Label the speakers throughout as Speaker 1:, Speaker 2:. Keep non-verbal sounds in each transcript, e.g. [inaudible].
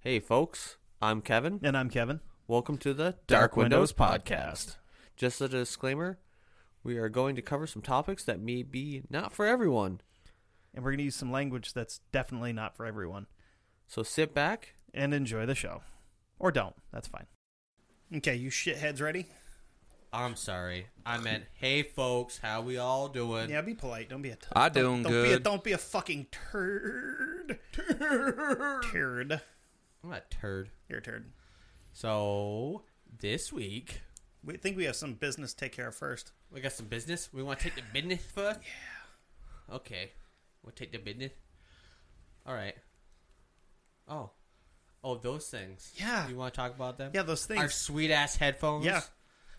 Speaker 1: Hey, folks, I'm Kevin.
Speaker 2: And I'm Kevin.
Speaker 1: Welcome to the
Speaker 2: Dark Windows Podcast.
Speaker 1: Just a disclaimer we are going to cover some topics that may be not for everyone.
Speaker 2: And we're going to use some language that's definitely not for everyone.
Speaker 1: So sit back.
Speaker 2: And enjoy the show. Or don't. That's fine. Okay, you shitheads ready?
Speaker 1: I'm sorry. I meant, hey, folks, how we all doing?
Speaker 2: Yeah, be polite. Don't be a. T-
Speaker 3: I
Speaker 2: don't,
Speaker 3: doing
Speaker 2: don't Be a,
Speaker 3: good.
Speaker 2: don't be a fucking turd. Turd.
Speaker 1: I'm a turd.
Speaker 2: You're a turd.
Speaker 1: So this week,
Speaker 2: We think we have some business to take care of first.
Speaker 1: we got some business. We want to take the business first? Yeah. Okay. We'll take the business. All right. Oh. Oh, those things.
Speaker 2: Yeah.
Speaker 1: You want to talk about them?
Speaker 2: Yeah, those
Speaker 1: Our
Speaker 2: things.
Speaker 1: sweet ass headphones.
Speaker 2: Yeah.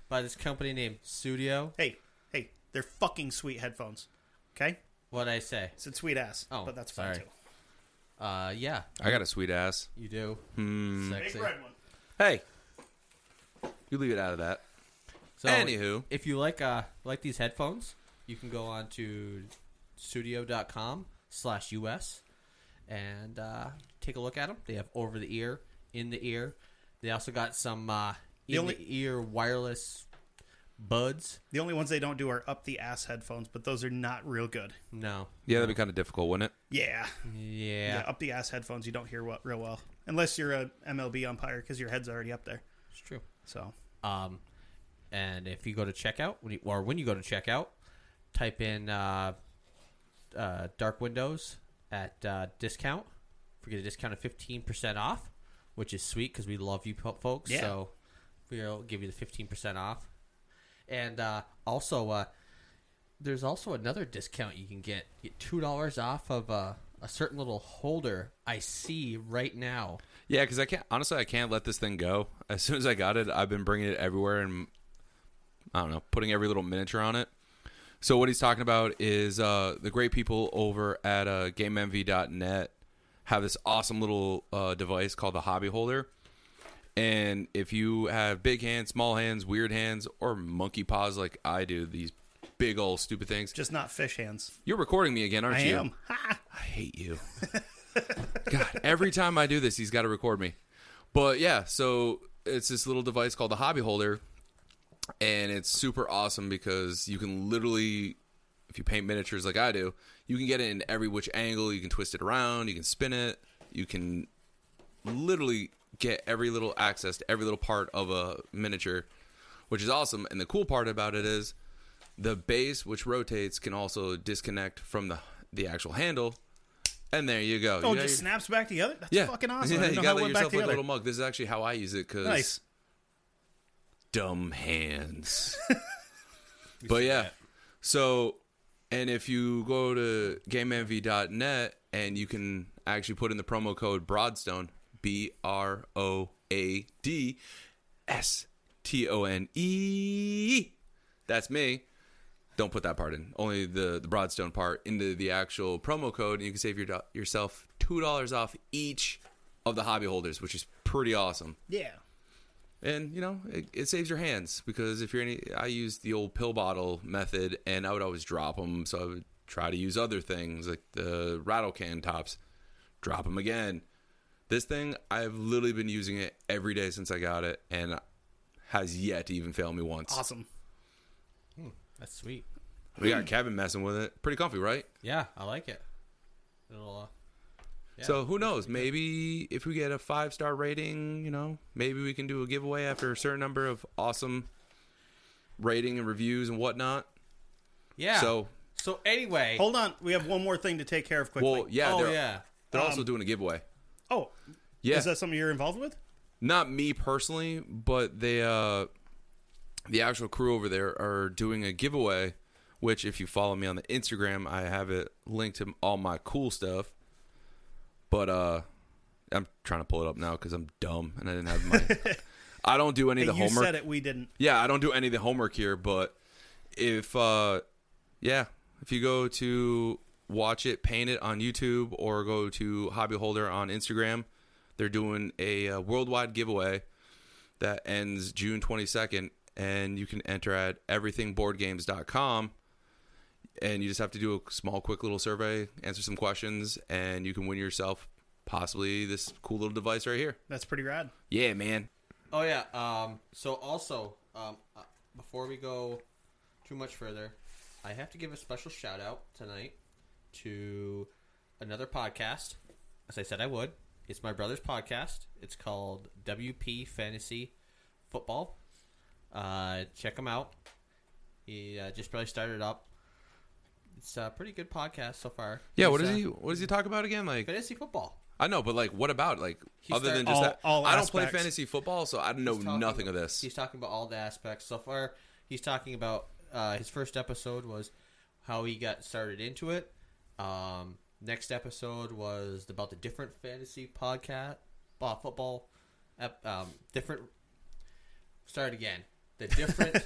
Speaker 1: By this company named Studio.
Speaker 2: Hey, hey, they're fucking sweet headphones. Okay,
Speaker 1: What'd I say?
Speaker 2: it's a sweet ass.
Speaker 1: Oh,
Speaker 2: but that's fine
Speaker 1: sorry.
Speaker 2: too.
Speaker 1: Uh, yeah,
Speaker 3: I got a sweet ass.
Speaker 1: you do. Sexy.
Speaker 2: Big red one.
Speaker 3: Hey, you leave it out of that.
Speaker 1: So,
Speaker 3: Anywho.
Speaker 1: if you like uh like these headphones, you can go on to studio.com slash us and uh, take a look at them. They have over the ear, in the ear. They also got some uh,
Speaker 2: The
Speaker 1: in
Speaker 2: only-
Speaker 1: the ear wireless buds.
Speaker 2: The only ones they don't do are up the ass headphones, but those are not real good.
Speaker 1: No.
Speaker 3: Yeah, that'd be kind of difficult, wouldn't it?
Speaker 2: Yeah,
Speaker 1: Yeah.
Speaker 2: yeah. Up the ass headphones, you don't hear what real well unless you're a MLB umpire because your head's already up there.
Speaker 1: It's true.
Speaker 2: So
Speaker 1: Um, and if you go to checkout, when you, or when you go to checkout, type in uh, uh, Dark Windows at uh, discount. We get a discount of fifteen percent off, which is sweet because we love you po- folks.
Speaker 2: Yeah.
Speaker 1: So we'll give you the fifteen percent off. And uh, also, uh, there's also another discount you can get. You get two dollars off of uh, a certain little holder I see right now.
Speaker 3: Yeah, because I can't. Honestly, I can't let this thing go. [laughs] As soon as I got it, I've been bringing it everywhere, and I don't know, putting every little miniature on it. So what he's talking about is uh, the great people over at uh, GameMV.net have this awesome little uh, device called the Hobby Holder. And if you have big hands, small hands, weird hands, or monkey paws like I do, these big old stupid things,
Speaker 2: just not fish hands.
Speaker 3: You're recording me again, aren't
Speaker 2: I
Speaker 3: you?
Speaker 2: am. Ha!
Speaker 3: I hate you. God, every time I do this, he's got to record me. But yeah, so it's this little device called the Hobby Holder, and it's super awesome because you can literally, if you paint miniatures like I do, you can get it in every which angle. You can twist it around, you can spin it, you can literally get every little access to every little part of a miniature, which is awesome. And the cool part about it is the base, which rotates, can also disconnect from the the actual handle. And there you go.
Speaker 2: Oh,
Speaker 3: You
Speaker 2: it
Speaker 3: got
Speaker 2: just
Speaker 3: your-
Speaker 2: snaps back together. That's fucking awesome.
Speaker 3: [laughs] Yeah,
Speaker 2: I didn't
Speaker 3: you
Speaker 2: know how
Speaker 3: gotta
Speaker 2: it
Speaker 3: let
Speaker 2: went back
Speaker 3: yourself like a
Speaker 2: together.
Speaker 3: little mug. This is actually how I use it because
Speaker 2: Nice. [laughs]
Speaker 3: dumb hands. [laughs] but yeah, so and if you go to GameMV.net and you can actually put in the promo code Broadstone B R O A D S T O N E. That's me. Don't put that part in. Only the the Broadstone part into the actual promo code, and you can save your, do- yourself two dollars off each of the hobby holders, which is pretty awesome
Speaker 2: Yeah.
Speaker 3: and you know it, it saves your hands because if you're any i used the old pill bottle method and i would always drop them so i would try to use other things like the rattle can tops drop them again this thing i've literally been using it every day since i got it and has yet to even fail me once
Speaker 2: Awesome.
Speaker 1: That's sweet.
Speaker 3: we got kevin messing with it pretty comfy right
Speaker 1: Yeah, I like it. It'll, uh,
Speaker 3: so who knows maybe if we get a five star rating you know maybe we can do a giveaway after a certain number of awesome rating and reviews and whatnot
Speaker 1: yeah.
Speaker 3: so
Speaker 1: So anyway,
Speaker 2: Hold on. We have one more thing to take care of quickly.
Speaker 3: Well, yeah,
Speaker 1: oh
Speaker 3: they're,
Speaker 1: yeah,
Speaker 3: they're also doing a giveaway.
Speaker 2: oh,
Speaker 3: Yeah,
Speaker 2: is that something you're involved with?
Speaker 3: not me personally, but they, uh, the actual crew over there are doing a giveaway. Which, if you follow me on the Instagram, I have it linked to all my cool stuff. But uh, I'm trying to pull it up now because I'm dumb and I didn't have my. I don't do any of the
Speaker 2: you
Speaker 3: homework.
Speaker 2: said it. We didn't.
Speaker 3: Yeah, I don't do any of the homework here, but if uh yeah, if you go to watch it, paint it on YouTube or go to Hobby Holder on Instagram, they're doing a uh, worldwide giveaway that ends June 22nd and you can enter at everythingboardgames.com and you just have to do a small quick little survey, answer some questions and you can win yourself possibly this cool little device right here.
Speaker 2: That's pretty rad.
Speaker 3: Yeah, man.
Speaker 1: Oh yeah. Um, so also, um, uh, before we go too much further, I have to give a special shout out tonight to another podcast. As I said, I would. It's my brother's podcast. It's called WP Fantasy Football. Uh, check him out. He uh, just barely started up. It's a pretty good podcast so far.
Speaker 3: Yeah,
Speaker 1: He's,
Speaker 3: what does
Speaker 1: uh,
Speaker 3: he what does he talk about again? Like
Speaker 1: Fantasy football.
Speaker 3: I know, but like, what about like
Speaker 1: He's
Speaker 3: other than
Speaker 1: there-
Speaker 3: just
Speaker 2: All-
Speaker 3: that?
Speaker 2: all
Speaker 3: I don't play
Speaker 2: aspects.
Speaker 3: fantasy football, so I know
Speaker 1: He's talking
Speaker 3: nothing of
Speaker 1: about-
Speaker 3: this.
Speaker 1: He's talking about all the aspects. So far, he's talking about uh, his first episode was how he got started into it. Um, next episode was about the different fantasy podcast, uh, football, ep- um, different. Start again. The
Speaker 2: [laughs]
Speaker 1: different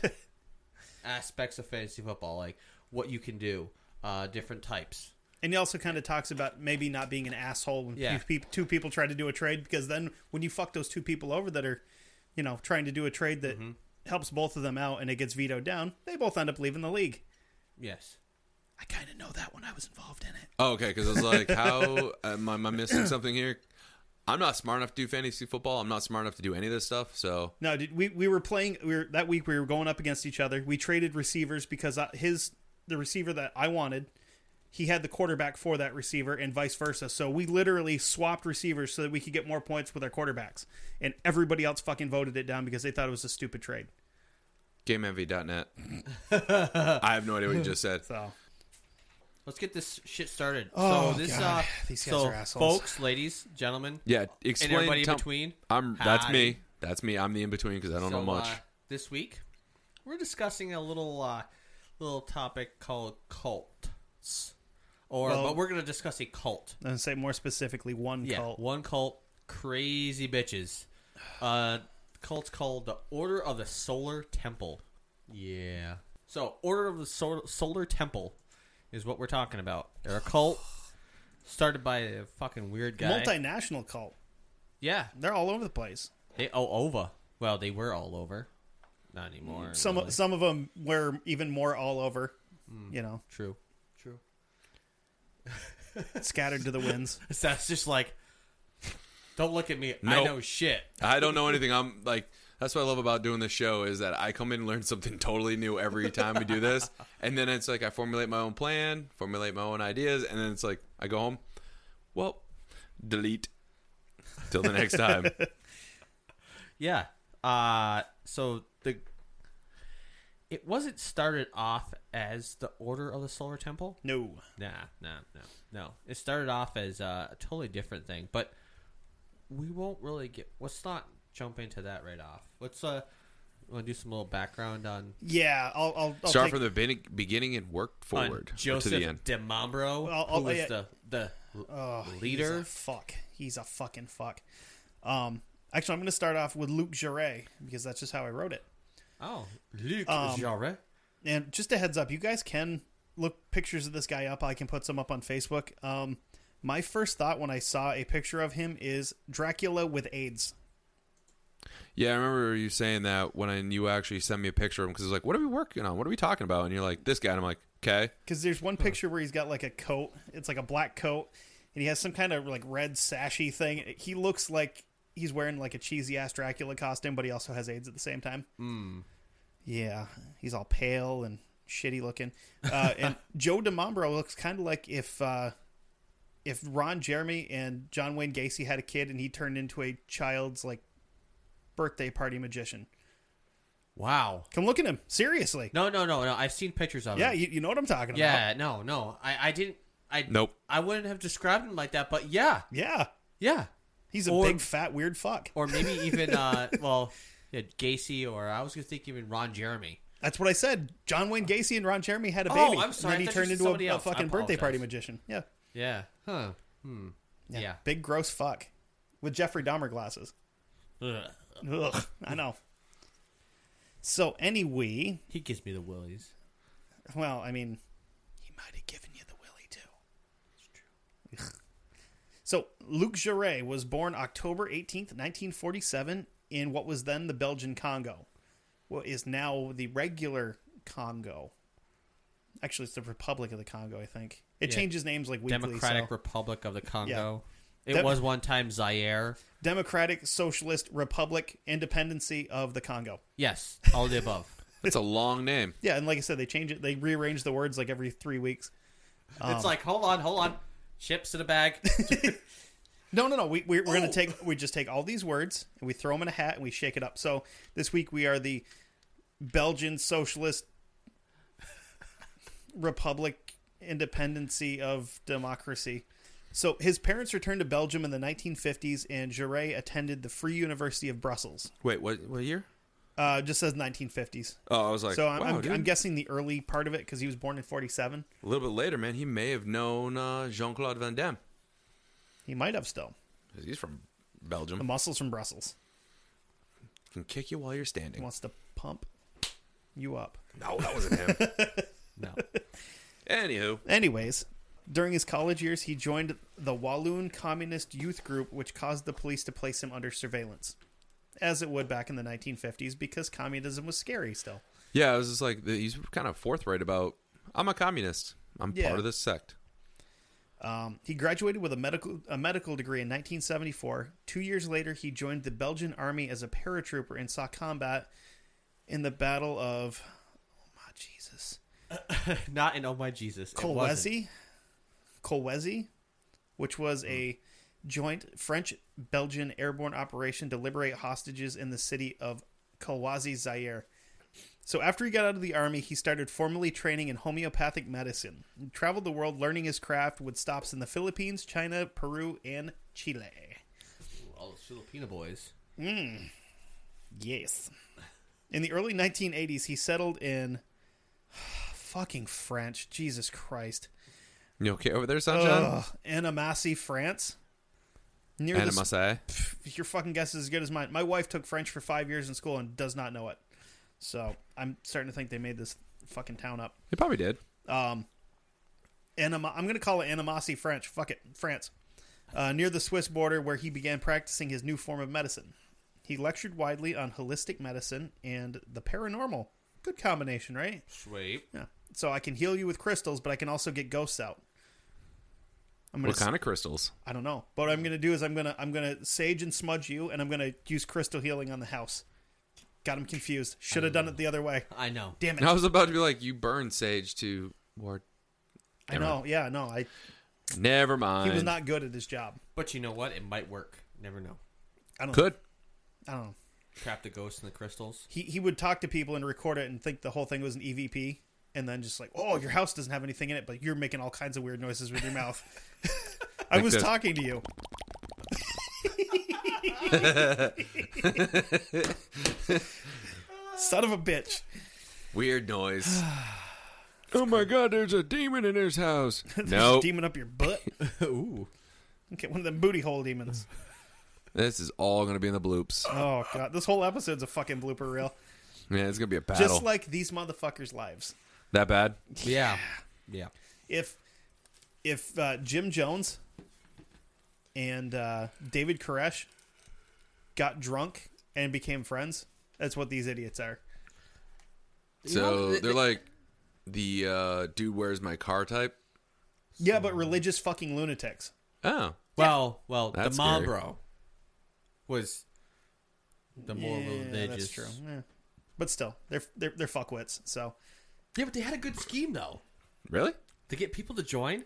Speaker 1: aspects of fantasy football, like what you can do, uh, different types.
Speaker 2: And he also kind of talks about maybe not being an asshole when
Speaker 1: Yeah.
Speaker 2: two, peop two people try to do a trade because then when you fuck those two people over that are, you know, trying to do a trade that helps both of them out and it gets vetoed down, they both end up leaving the league.
Speaker 1: Yes.
Speaker 2: I kind of know that when I was involved in it.
Speaker 3: oh, okay, because I
Speaker 1: [laughs]
Speaker 3: was like, how am I, am I missing something here? I'm not smart enough to do fantasy football. I'm not smart enough to do any of this stuff. So
Speaker 2: No, did, we we were playing. We were that week. We were going up against each other. We traded receivers because I, his the receiver that I wanted, he had the quarterback for that receiver, and vice versa. So we literally swapped receivers so that we could get more points with our quarterbacks, and everybody else fucking voted it down because they thought it was a stupid trade.
Speaker 3: GameEnvy.net.
Speaker 1: [laughs]
Speaker 3: I have no idea what you just said.
Speaker 2: So
Speaker 1: Let's get this shit started.
Speaker 2: Oh,
Speaker 1: so this,
Speaker 2: God.
Speaker 1: uh,
Speaker 2: These guys
Speaker 1: so
Speaker 2: are assholes.
Speaker 1: folks, ladies, gentlemen,
Speaker 3: Yeah, explain.
Speaker 1: and everybody
Speaker 3: tell-
Speaker 1: in between.
Speaker 3: I'm that's
Speaker 1: Hi.
Speaker 3: me. That's me. I'm the in between because I don't know
Speaker 1: So,
Speaker 3: much.
Speaker 1: uh, this week, we're discussing a little uh, little topic called cults, or
Speaker 2: Well-
Speaker 1: but we're going to discuss a cult.
Speaker 2: I'm gonna say more specifically one
Speaker 1: Yeah,
Speaker 2: cult.
Speaker 1: one cult, crazy bitches. Uh, cult's called the Order of the Solar Temple. Yeah. So, Order of the Sol- Solar Temple is what we're talking about. They're a cult started by a fucking weird guy.
Speaker 2: Multinational cult.
Speaker 1: yeah,
Speaker 2: They're all over the place.
Speaker 1: they oh over. Well, they were all over. Not anymore.
Speaker 2: Some
Speaker 1: really.
Speaker 2: some of them were even more all over. You know,
Speaker 1: True. True.
Speaker 2: scattered to
Speaker 1: [laughs]
Speaker 2: the winds.
Speaker 1: That's just like, don't look at me. I
Speaker 3: Nope.
Speaker 1: know shit.
Speaker 3: I don't know anything. I'm like that's what I love about doing this show is that I come in and learn something totally new every time we do this, and then it's like I formulate my own plan, formulate my own ideas, and then it's like I go home. Well, delete. Till the next time.
Speaker 1: Yeah. Uh, so the it wasn't started off as the Order of the Solar Temple.
Speaker 2: No,
Speaker 1: Nah, nah, no, no. It started off as uh, a totally different thing, but we won't really get. Let's not jump into that right off. Let's uh, want to do some little background on,
Speaker 2: yeah, I'll I'll, I'll
Speaker 3: Start
Speaker 2: take-
Speaker 3: from the beginning, beginning and work
Speaker 1: on
Speaker 3: forward to
Speaker 1: Joseph
Speaker 3: the end.
Speaker 1: DeMambro,
Speaker 2: I'll- I'll-
Speaker 1: who was
Speaker 2: yeah.
Speaker 1: the the
Speaker 2: Oh,
Speaker 1: leader.
Speaker 2: He's a fuck. He's a fucking fuck. Um, actually, I'm going to start off with Luke Jarret because that's just how I wrote it.
Speaker 1: oh Luc
Speaker 2: Um,
Speaker 1: Jarret.
Speaker 2: And just a heads up, you guys can look pictures of this guy up. I can put some up on Facebook. Um, my first thought when I saw a picture of him is Dracula with AIDS.
Speaker 3: Yeah, I remember you saying that when I, you actually sent me a picture of him because I was like, "What are we working on? What are we talking about?" And you're like, "This guy." And I'm like, "Okay."
Speaker 2: Because there's one picture where he's got like a coat. It's like a black coat, and he has some kind of like red sashy thing. He looks like he's wearing like a cheesy ass Dracula costume, but he also has AIDS at the same time.
Speaker 1: Hmm.
Speaker 2: Yeah, he's all pale and shitty looking. Uh,
Speaker 1: [laughs]
Speaker 2: and Joe DiMambro looks kind of like if uh, if Ron Jeremy and John Wayne Gacy had a kid, and he turned into a child's like birthday party magician.
Speaker 1: Wow.
Speaker 2: Come look at him seriously.
Speaker 1: No, no, no, no. I've seen pictures of
Speaker 2: Yeah,
Speaker 1: him.
Speaker 2: you, you know what I'm talking about.
Speaker 1: Yeah, no, no. I, I didn't. I
Speaker 3: Nope.
Speaker 1: I wouldn't have described him like that, but yeah,
Speaker 2: Yeah,
Speaker 1: yeah.
Speaker 2: he's a
Speaker 1: Or-
Speaker 2: big fat weird fuck.
Speaker 1: Or
Speaker 2: [laughs]
Speaker 1: maybe even uh, well, yeah, Gacy, or I was gonna think even Ron Jeremy.
Speaker 2: That's what I said. John Wayne Gacy and Ron Jeremy had a
Speaker 1: Oh,
Speaker 2: baby.
Speaker 1: I'm sorry.
Speaker 2: And
Speaker 1: I thought
Speaker 2: then he
Speaker 1: you
Speaker 2: turned
Speaker 1: said
Speaker 2: into a,
Speaker 1: somebody
Speaker 2: a
Speaker 1: else. I
Speaker 2: fucking birthday
Speaker 1: apologize.
Speaker 2: party magician. Yeah.
Speaker 1: Yeah. Huh. Yeah.
Speaker 2: Big gross fuck with Jeffrey Dahmer glasses.
Speaker 1: Ugh.
Speaker 2: Ugh, I know. So anyway,
Speaker 1: He gives me the willies.
Speaker 2: well, I mean, he might have given you the willy too. So Luc Jarret was born October 18th, 1947 in what was then the Belgian Congo, what is now the regular Congo. Actually, it's the Republic of the Congo, I think. It
Speaker 1: Yeah.
Speaker 2: changes names like weekly.
Speaker 1: Democratic
Speaker 2: so-
Speaker 1: Republic of the Congo. It
Speaker 2: Dem-
Speaker 1: was one time Zaire.
Speaker 2: Democratic Socialist Republic Independency of the Congo.
Speaker 1: Yes, all of the above.
Speaker 2: [laughs]
Speaker 3: That's a long name.
Speaker 2: Yeah, and like I said, they change it. They rearrange the words like every three weeks. Um,
Speaker 1: it's like, hold on, hold on. Chips in a
Speaker 2: [laughs]
Speaker 1: bag.
Speaker 2: No, no, no. We, we, we're going
Speaker 3: Oh.
Speaker 2: to take, we just take all these words and we throw them in a hat and we shake it up. So this week we are the Belgian Socialist Republic Independency of Democracy. So his parents returned to Belgium in the 1950s and Jarret attended the Free University of Brussels.
Speaker 3: Wait, what? What year?
Speaker 2: Uh, it just says 1950s.
Speaker 3: Oh, I was like,
Speaker 2: So I'm,
Speaker 3: wow,
Speaker 2: I'm,
Speaker 3: dude.
Speaker 2: I'm guessing the early part of it because he was born in 47.
Speaker 3: a little bit later, man. He may have known uh, Jean Claude Van Damme.
Speaker 2: He might have still.
Speaker 3: 'Cause He's from
Speaker 2: The
Speaker 3: Belgium.
Speaker 2: muscles from Brussels.
Speaker 3: Can kick you while you're
Speaker 2: He
Speaker 3: standing.
Speaker 2: wants to pump you up.
Speaker 3: No, that wasn't him.
Speaker 2: [laughs]
Speaker 1: no.
Speaker 3: Anywho,
Speaker 2: Anyways, during his college years, he joined the Walloon Communist Youth Group, which caused the police to place him under surveillance, as it would back in the 1950s because communism was scary still.
Speaker 3: yeah, I was just like, he's kind of forthright about. I'm a communist. I'm
Speaker 2: Yeah.
Speaker 3: part of this sect.
Speaker 2: Um, he graduated with a medical a medical degree in 1974. Two years later, he joined the Belgian army as a paratrooper and saw combat in the Battle of oh my Jesus,
Speaker 1: Not in Oh My Jesus. It wasn't.
Speaker 2: Colwezi, Colwezi, which was a joint French-Belgian airborne operation to liberate hostages in the city of Colwezi, Zaire. So after he got out of the army, he started formally training in homeopathic medicine. He traveled the world learning his craft with stops in the Philippines, China, Peru, and Chile.
Speaker 1: All Oh, those Filipino boys.
Speaker 2: Yes. In the early 1980s, he settled in [sighs] fucking French. Jesus Christ.
Speaker 3: You okay over there, Sunshine?
Speaker 2: Ugh, Annecy, France. Near
Speaker 3: And I
Speaker 2: this-
Speaker 3: must say,
Speaker 2: your fucking guess is as good as mine. My wife took French for five years in school and does not know it. So I'm starting to think they made this fucking town up.
Speaker 3: he probably did.
Speaker 2: Anima- I'm going to call it Annecy, French. Fuck it, France. Uh, near the Swiss border, where he began practicing his new form of medicine. He lectured widely on holistic medicine and the paranormal. Good combination, right?
Speaker 1: Sweet.
Speaker 2: Yeah. So I can heal you with crystals, but I can also get ghosts out. I'm gonna
Speaker 3: What kind of crystals? [laughs]
Speaker 2: I don't know. But what I'm gonna do is I'm gonna I'm gonna sage and smudge you, and I'm gonna use crystal healing on the house. Got him confused. Should have done it the other way.
Speaker 1: I know.
Speaker 2: Damn it!
Speaker 3: I was about to be like, you burn sage to ward.
Speaker 2: I know. Yeah, no. I
Speaker 3: Never mind.
Speaker 2: he was not good at his job.
Speaker 1: But you know what? It might work. Never know.
Speaker 2: I don't.
Speaker 3: Could.
Speaker 2: I don't know.
Speaker 1: Trap the ghosts in the crystals.
Speaker 2: He he would talk to people and record it and think the whole thing was an EVP, and then just like, oh, your house doesn't have anything in it, but you're making all kinds of weird noises with your mouth. [laughs] I
Speaker 3: Like
Speaker 2: was
Speaker 3: this.
Speaker 2: talking to
Speaker 3: [laughs]
Speaker 2: you. [laughs] Son of a bitch. [sighs]
Speaker 3: Weird noise. oh my god, there's a demon in
Speaker 2: [laughs]
Speaker 3: his house. no.
Speaker 2: Demon up your butt.
Speaker 1: Ooh.
Speaker 2: Okay, one of them booty
Speaker 1: [laughs]
Speaker 2: hole demons.
Speaker 3: This is all going to be in the bloops.
Speaker 2: Oh god, this whole episode's a fucking blooper reel.
Speaker 3: Man, it's going to be a battle.
Speaker 2: Just like these motherfuckers' lives.
Speaker 3: that bad?
Speaker 1: Yeah. Yeah.
Speaker 2: If if uh, Jim Jones and uh, David Koresh got drunk and became friends, that's what these idiots are.
Speaker 3: So they're like the uh, dude wears my car type.
Speaker 2: Yeah, but religious fucking lunatics.
Speaker 3: Oh.
Speaker 1: Well, well,
Speaker 3: That's
Speaker 1: the
Speaker 3: scary.
Speaker 1: Mambro was the more
Speaker 2: Yeah,
Speaker 1: religious.
Speaker 2: that's true. Yeah. But still, they're they're they're fuckwits. So
Speaker 1: Yeah, but they had a good scheme though
Speaker 3: Really?
Speaker 1: to get people to join.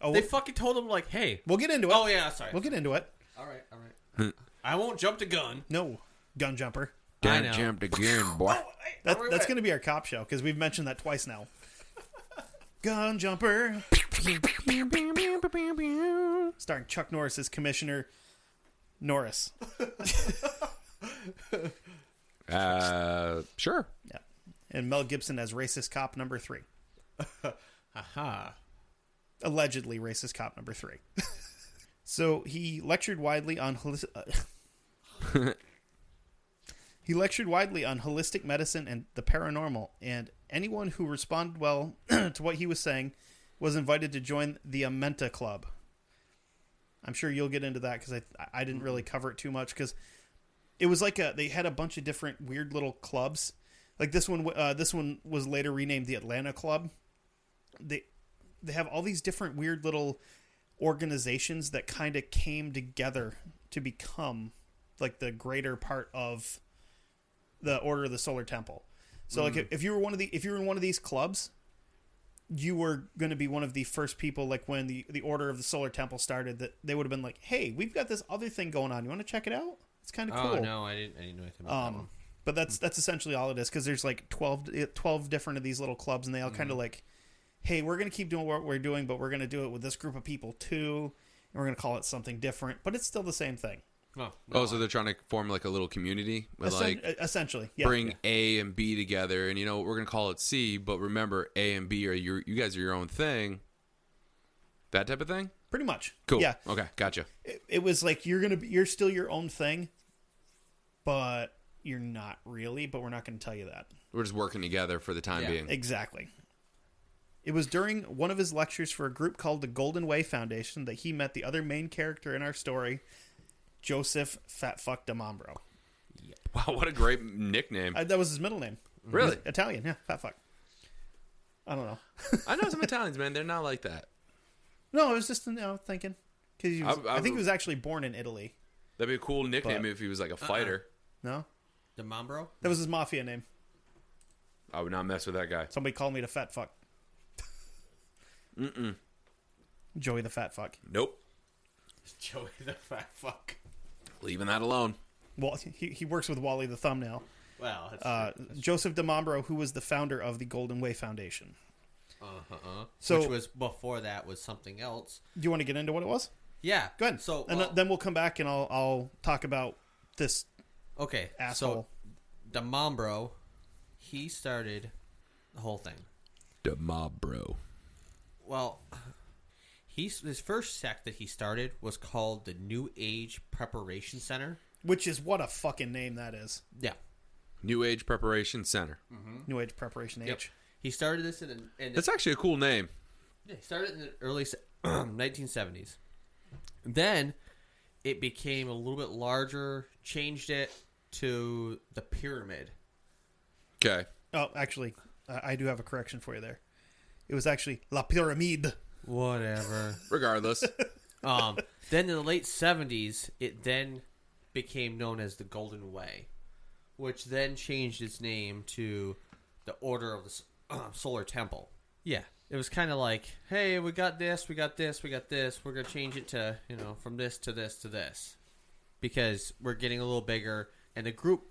Speaker 2: oh,
Speaker 1: They
Speaker 2: we'll,
Speaker 1: fucking told them like, "Hey,
Speaker 2: we'll get into it.
Speaker 1: oh yeah, sorry,
Speaker 2: We'll get into it.
Speaker 1: all right, all right." I won't jump the gun.
Speaker 2: No gun jumper.
Speaker 1: I
Speaker 3: Damn
Speaker 1: know.
Speaker 3: jumped again,
Speaker 2: [laughs]
Speaker 3: boy.
Speaker 2: That, that's going to be our cop show because we've mentioned that twice now. Gun Jumper, starring Chuck Norris as Commissioner Norris.
Speaker 3: Uh, sure.
Speaker 2: Yeah. And Mel Gibson as racist cop number three.
Speaker 1: Aha.
Speaker 2: Allegedly racist cop number three. [laughs] So he lectured widely on holi- [laughs] he lectured widely on holistic medicine and the paranormal, and anyone who responded well [clears throat] to what he was saying was invited to join the Amenta Club. I'm sure you'll get into that because I I didn't really cover it too much because it was like a they had a bunch of different weird little clubs. Like this one, uh, this one was later renamed the Atlanta Club. They they have all these different weird little organizations that kind of came together to become like the greater part of the Order of the Solar Temple. So
Speaker 1: Hmm.
Speaker 2: like if, if you were one of the if you were in one of these clubs, you were going to be one of the first people like when the the Order of the Solar Temple started that they would have been like, "Hey, we've got this other thing going on. You want to check it out? It's kind of cool."
Speaker 1: Oh no, I didn't. I didn't know anything about that one.
Speaker 2: Um, but that's that's essentially all it is because there's like 12, eh, 12 different of these little clubs, and they all
Speaker 3: Mm-hmm.
Speaker 2: kind of like, hey, we're gonna keep doing what we're doing, but we're gonna do it with this group of people too, and we're gonna call it something different, but it's still the same thing.
Speaker 1: Oh, no.
Speaker 3: Oh, so they're trying to form like a little community with
Speaker 2: Essen-
Speaker 3: like
Speaker 2: eh, essentially, yeah.
Speaker 3: bring A and B together, and you know we're gonna call it C, but remember A and B are your you guys are your own thing. That type of thing.
Speaker 2: pretty much.
Speaker 3: Cool.
Speaker 2: Yeah,
Speaker 3: Okay. Gotcha.
Speaker 2: it, it was like you're gonna be, you're still your own thing, but you're not really. But we're not gonna tell you that.
Speaker 3: We're just working together for the time
Speaker 1: Yeah.
Speaker 3: being.
Speaker 2: Exactly. It was during one of his lectures for a group called the Golden Way Foundation that he met the other main character in our story, Joseph Fat Fuck Damambro.
Speaker 3: Wow, what a great nickname.
Speaker 2: Uh, that was his middle name.
Speaker 3: really?
Speaker 2: Italian, yeah, Fat Fuck. I don't know.
Speaker 3: I know some Italians, man. They're not like that.
Speaker 2: No, it was just you know, thinking because
Speaker 3: I-
Speaker 2: I,
Speaker 3: I
Speaker 2: think he
Speaker 3: would-
Speaker 2: was actually born in Italy.
Speaker 3: That'd be a cool nickname
Speaker 2: But-
Speaker 3: if he was like a fighter.
Speaker 2: No,
Speaker 1: the Mambro.
Speaker 2: that was his mafia name.
Speaker 3: I would not mess with that guy.
Speaker 2: Somebody called me the Fat Fuck. Mm-mm. Joey the Fat Fuck.
Speaker 3: Nope.
Speaker 1: [laughs] Joey the fat fuck.
Speaker 3: Leaving that alone.
Speaker 2: Well, he he works with Wally the Thumbnail.
Speaker 1: Well, that's
Speaker 2: uh, Joseph DeMambro, who was the founder of the Golden Way Foundation.
Speaker 1: uh huh.
Speaker 2: so-
Speaker 1: which was before that was something else.
Speaker 2: Do you want to get into what it was?
Speaker 1: Yeah.
Speaker 2: Go ahead.
Speaker 1: So
Speaker 2: and uh,
Speaker 1: well,
Speaker 2: then we'll come back and I'll I'll talk about this
Speaker 1: okay.
Speaker 2: asshole.
Speaker 1: So Mambro, he started the whole thing.
Speaker 3: The mob bro.
Speaker 1: Well, he's his first sect that he started was called the New Age Preparation Center.
Speaker 2: which is what a fucking name that is.
Speaker 1: Yeah.
Speaker 3: New Age Preparation Center.
Speaker 2: New Age Preparation Age.
Speaker 1: Hmm? Yep. He started this in, an- in the
Speaker 3: That's actually a cool name.
Speaker 1: Yeah, it started in the early se- [clears throat] 1970s. Then it became a little bit larger, changed it to the pyramid.
Speaker 3: Okay.
Speaker 2: Oh, actually, uh, I do have a correction for you there. It was actually La Pyramide.
Speaker 1: Whatever.
Speaker 2: [laughs]
Speaker 3: Regardless.
Speaker 1: um, then in the late 70s, it then became known as the Golden Way, which then changed its name to the Order of the S- [clears throat] Solar Temple. Yeah. It was kind of like, hey, we got this, we got this, we got this. We're going to change it to, you know, from this to this to this. because we're getting a little bigger and the group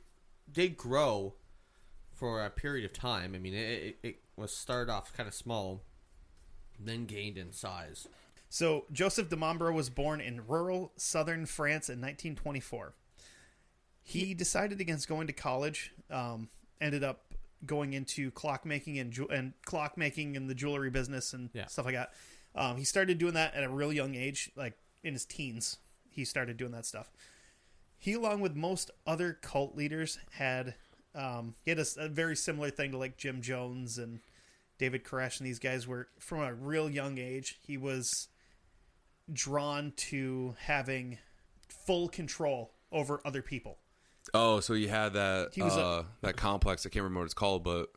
Speaker 1: did grow for a period of time i mean it, it, it was started off kind of small then gained in size
Speaker 2: So Joseph DeMambro was born in rural southern France in 1924. He decided against going to college. Um, ended up going into clockmaking and ju- and clockmaking and the jewelry business and
Speaker 1: Yeah.
Speaker 2: stuff like that. Um, he started doing that at a real young age, like in his teens. He started doing that stuff. He, along with most other cult leaders, had um, he had a, s- a very similar thing to like Jim Jones and David Koresh and these guys were from a real young age. He was drawn to having full control over other people.
Speaker 3: Oh, so you had that
Speaker 2: He was a-
Speaker 3: uh, that complex. I can't remember what it's called, but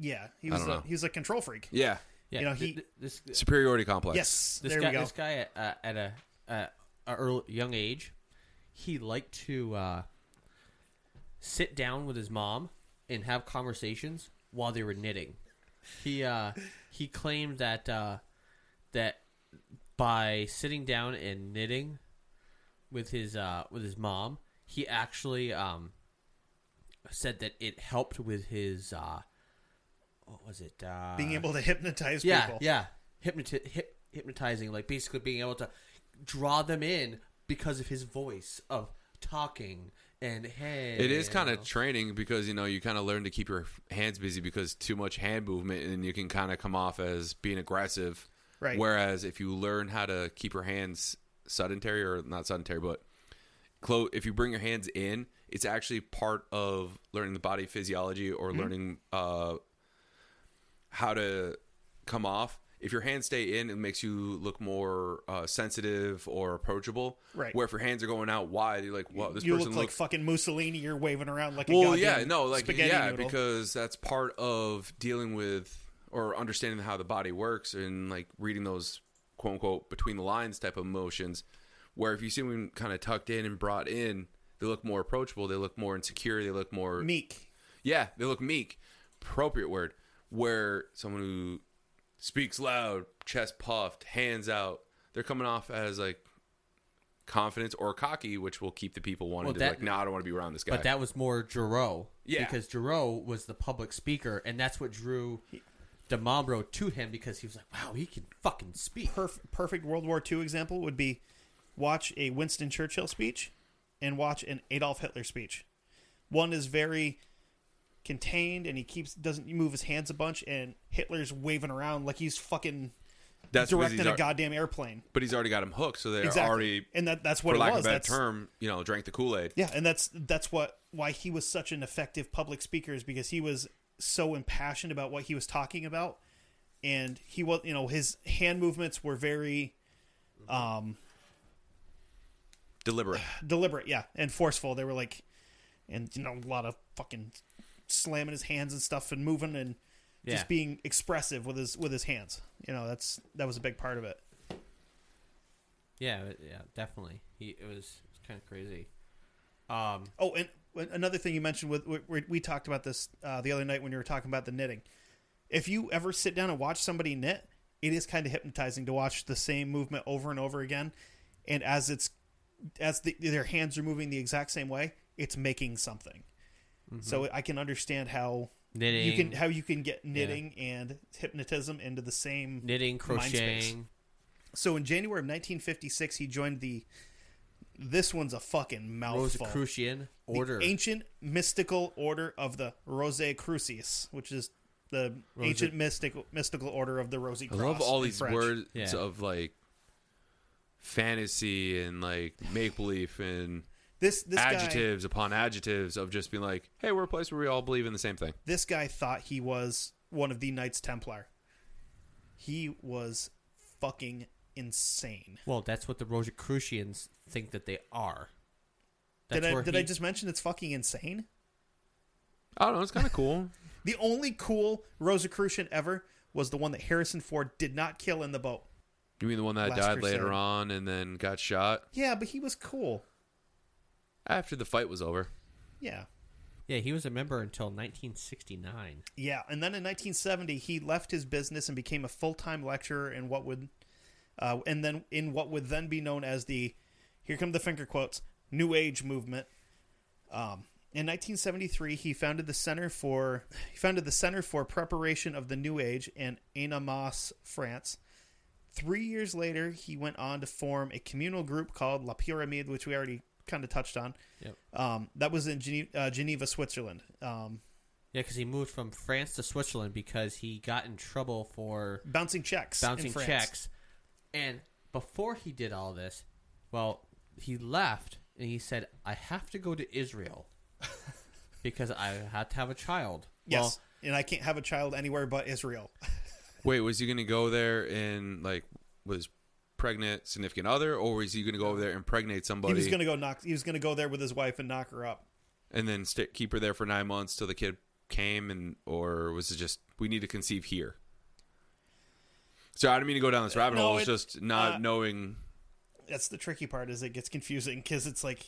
Speaker 2: Yeah, he was
Speaker 3: don't
Speaker 2: a,
Speaker 3: know.
Speaker 2: he was a control freak.
Speaker 3: yeah,
Speaker 1: yeah
Speaker 2: You know,
Speaker 1: th-
Speaker 2: he-
Speaker 1: th- this this
Speaker 3: superiority complex.
Speaker 2: Yes, there
Speaker 1: guy
Speaker 2: we go.
Speaker 1: this guy at, uh, at a, uh, a early, young age he liked to uh, sit down with his mom and have conversations while they were knitting he uh, he claimed that uh, that by sitting down and knitting with his uh, with his mom, he actually um, said that it helped with his uh, what was it? Uh,
Speaker 2: Being able to hypnotize
Speaker 1: yeah,
Speaker 2: people.
Speaker 1: yeah, Hypnoti- hip- hypnotizing, like basically being able to draw them in because of his voice of talking and hey,
Speaker 3: It is kind
Speaker 1: you know.
Speaker 3: of training because you know you kind of learn to keep your hands busy because too much hand movement and you can kind of come off as being aggressive.
Speaker 2: Right.
Speaker 3: Whereas if you learn how to keep your hands sedentary or not sedentary, but clo- if you bring your hands in, it's actually part of learning the body physiology or
Speaker 2: Mm-hmm.
Speaker 3: learning uh, how to come off. If your hands stay in, it makes you look more uh, sensitive or approachable.
Speaker 2: Right.
Speaker 3: Where if your hands are going out wide, you're like, "Whoa, this
Speaker 2: you
Speaker 3: person
Speaker 2: look like
Speaker 3: looks."
Speaker 2: fucking Mussolini. You're waving around like a
Speaker 3: well,
Speaker 2: goddamn
Speaker 3: yeah, no, like
Speaker 2: spaghetti
Speaker 3: yeah,
Speaker 2: noodle.
Speaker 3: because that's part of dealing with or understanding how the body works and like reading those quote unquote between the lines type of motions. Where if you see them kind of tucked in and brought in, they look more approachable. They look more insecure. They look more
Speaker 2: meek.
Speaker 3: yeah, they look meek. Appropriate word. Where someone who speaks loud, chest puffed, hands out, they're coming off as like confidence or cocky, which will keep the people wanting
Speaker 1: Well,
Speaker 3: to
Speaker 1: that-
Speaker 3: like, no, I don't want to be around this guy.
Speaker 1: But that was more Giroux.
Speaker 3: Yeah.
Speaker 1: Because Giroux was the public speaker, and that's what drew DeMambro to him because he was like, wow, he can fucking speak.
Speaker 2: Perf- perfect World War II example would be watch a Winston Churchill speech and watch an Adolf Hitler speech. One is very contained and he keeps doesn't move his hands a bunch and Hitler's waving around like he's fucking
Speaker 3: that's because
Speaker 2: directing
Speaker 3: he's
Speaker 2: a
Speaker 3: al-
Speaker 2: goddamn airplane.
Speaker 3: but he's already got him hooked, so they're
Speaker 2: Exactly.
Speaker 3: already,
Speaker 2: and that that's what
Speaker 3: for
Speaker 2: it
Speaker 3: lack
Speaker 2: was.
Speaker 3: of a better
Speaker 2: that's,
Speaker 3: term, you know, drank the Kool Aid.
Speaker 2: Yeah, and that's that's what why he was such an effective public speaker is because he was so impassioned about what he was talking about, and he was you know his hand movements were very
Speaker 3: Deliberate.
Speaker 2: deliberate, yeah, and forceful. They were like, and you know a lot of fucking slamming his hands and stuff and moving and
Speaker 1: Yeah.
Speaker 2: just being expressive with his with his hands. You know that's that was a big part of it.
Speaker 1: Yeah, it- yeah, definitely. He It was, it was kind of crazy. Um,
Speaker 2: Oh, and another thing you mentioned with we, we talked about this uh, the other night when you were talking about the knitting. If you ever sit down and watch somebody knit, it is kind of hypnotizing to watch the same movement over and over again, and as it's as the, their hands are moving the exact same way, it's making something. So I can understand how
Speaker 1: knitting,
Speaker 2: you can how you can get knitting and hypnotism into the same
Speaker 1: knitting,
Speaker 2: mind space.
Speaker 1: crocheting.
Speaker 2: So in January of 1956, he joined the. This one's a fucking mouthful.
Speaker 1: Rosicrucian
Speaker 2: The
Speaker 1: order.
Speaker 2: ancient mystical order of the Rosicrucis, which is the ancient mystical mystical order of the Rosy
Speaker 3: I
Speaker 2: Cross.
Speaker 3: love all
Speaker 2: in
Speaker 3: these
Speaker 2: French.
Speaker 3: words
Speaker 1: Yeah.
Speaker 3: of like fantasy and like make believe and
Speaker 2: This this guy
Speaker 3: adjectives upon adjectives of just being like, hey, we're a place where we all believe in the same thing.
Speaker 2: this guy thought he was one of the Knights Templar. He was fucking insane.
Speaker 1: well, that's what the Rosicrucians think that they are. That's
Speaker 2: did I
Speaker 1: where
Speaker 2: did
Speaker 1: he-
Speaker 2: I just mention it's fucking insane?
Speaker 3: I don't know. It's kind
Speaker 2: [laughs]
Speaker 3: of cool.
Speaker 2: The only cool Rosicrucian ever was the one that Harrison Ford did not kill in the boat.
Speaker 3: You mean the one that
Speaker 2: Last
Speaker 3: died
Speaker 2: Crusade.
Speaker 3: later on and then got shot
Speaker 2: Yeah, but he was cool.
Speaker 3: after the fight was over?
Speaker 2: Yeah.
Speaker 1: Yeah, he was a member until 1969.
Speaker 2: Yeah, and then in 1970 he left his business and became a full-time lecturer in what would, uh, and then in what would then be known as the, here come the finger quotes, New Age movement. Um, in 1973 he founded the Center for he founded the Center for Preparation of the New Age in Annemasse, France. Three years later, he went on to form a communal group called La Pyramide, which we already kind of touched on.
Speaker 1: Yep.
Speaker 2: Um, that was in Gene- uh, Geneva, Switzerland. Um,
Speaker 1: Yeah, because he moved from France to Switzerland because he got in trouble for
Speaker 2: bouncing checks. in
Speaker 1: bouncing
Speaker 2: France.
Speaker 1: checks. And before he did all this, well, he left and he said, "I have to go to
Speaker 2: [laughs]
Speaker 1: Israel because I had to have a child."
Speaker 2: Yes.
Speaker 1: Well,
Speaker 2: and I can't have a child anywhere but Israel. [laughs]
Speaker 3: Wait, was he going to go there and like was pregnant significant other, or was he going to go over there and impregnate
Speaker 2: He
Speaker 3: somebody
Speaker 2: was gonna go knock. He was gonna go there with his wife and knock her up.
Speaker 3: and then st- keep her there for nine months till the kid came, and or was it just we need to conceive here? So I didn't mean to go down this rabbit
Speaker 2: Uh, No,
Speaker 3: hole. It's
Speaker 2: it-
Speaker 3: just not
Speaker 2: uh,
Speaker 3: knowing. [laughs]
Speaker 2: That's the tricky part. Is it gets confusing because it's like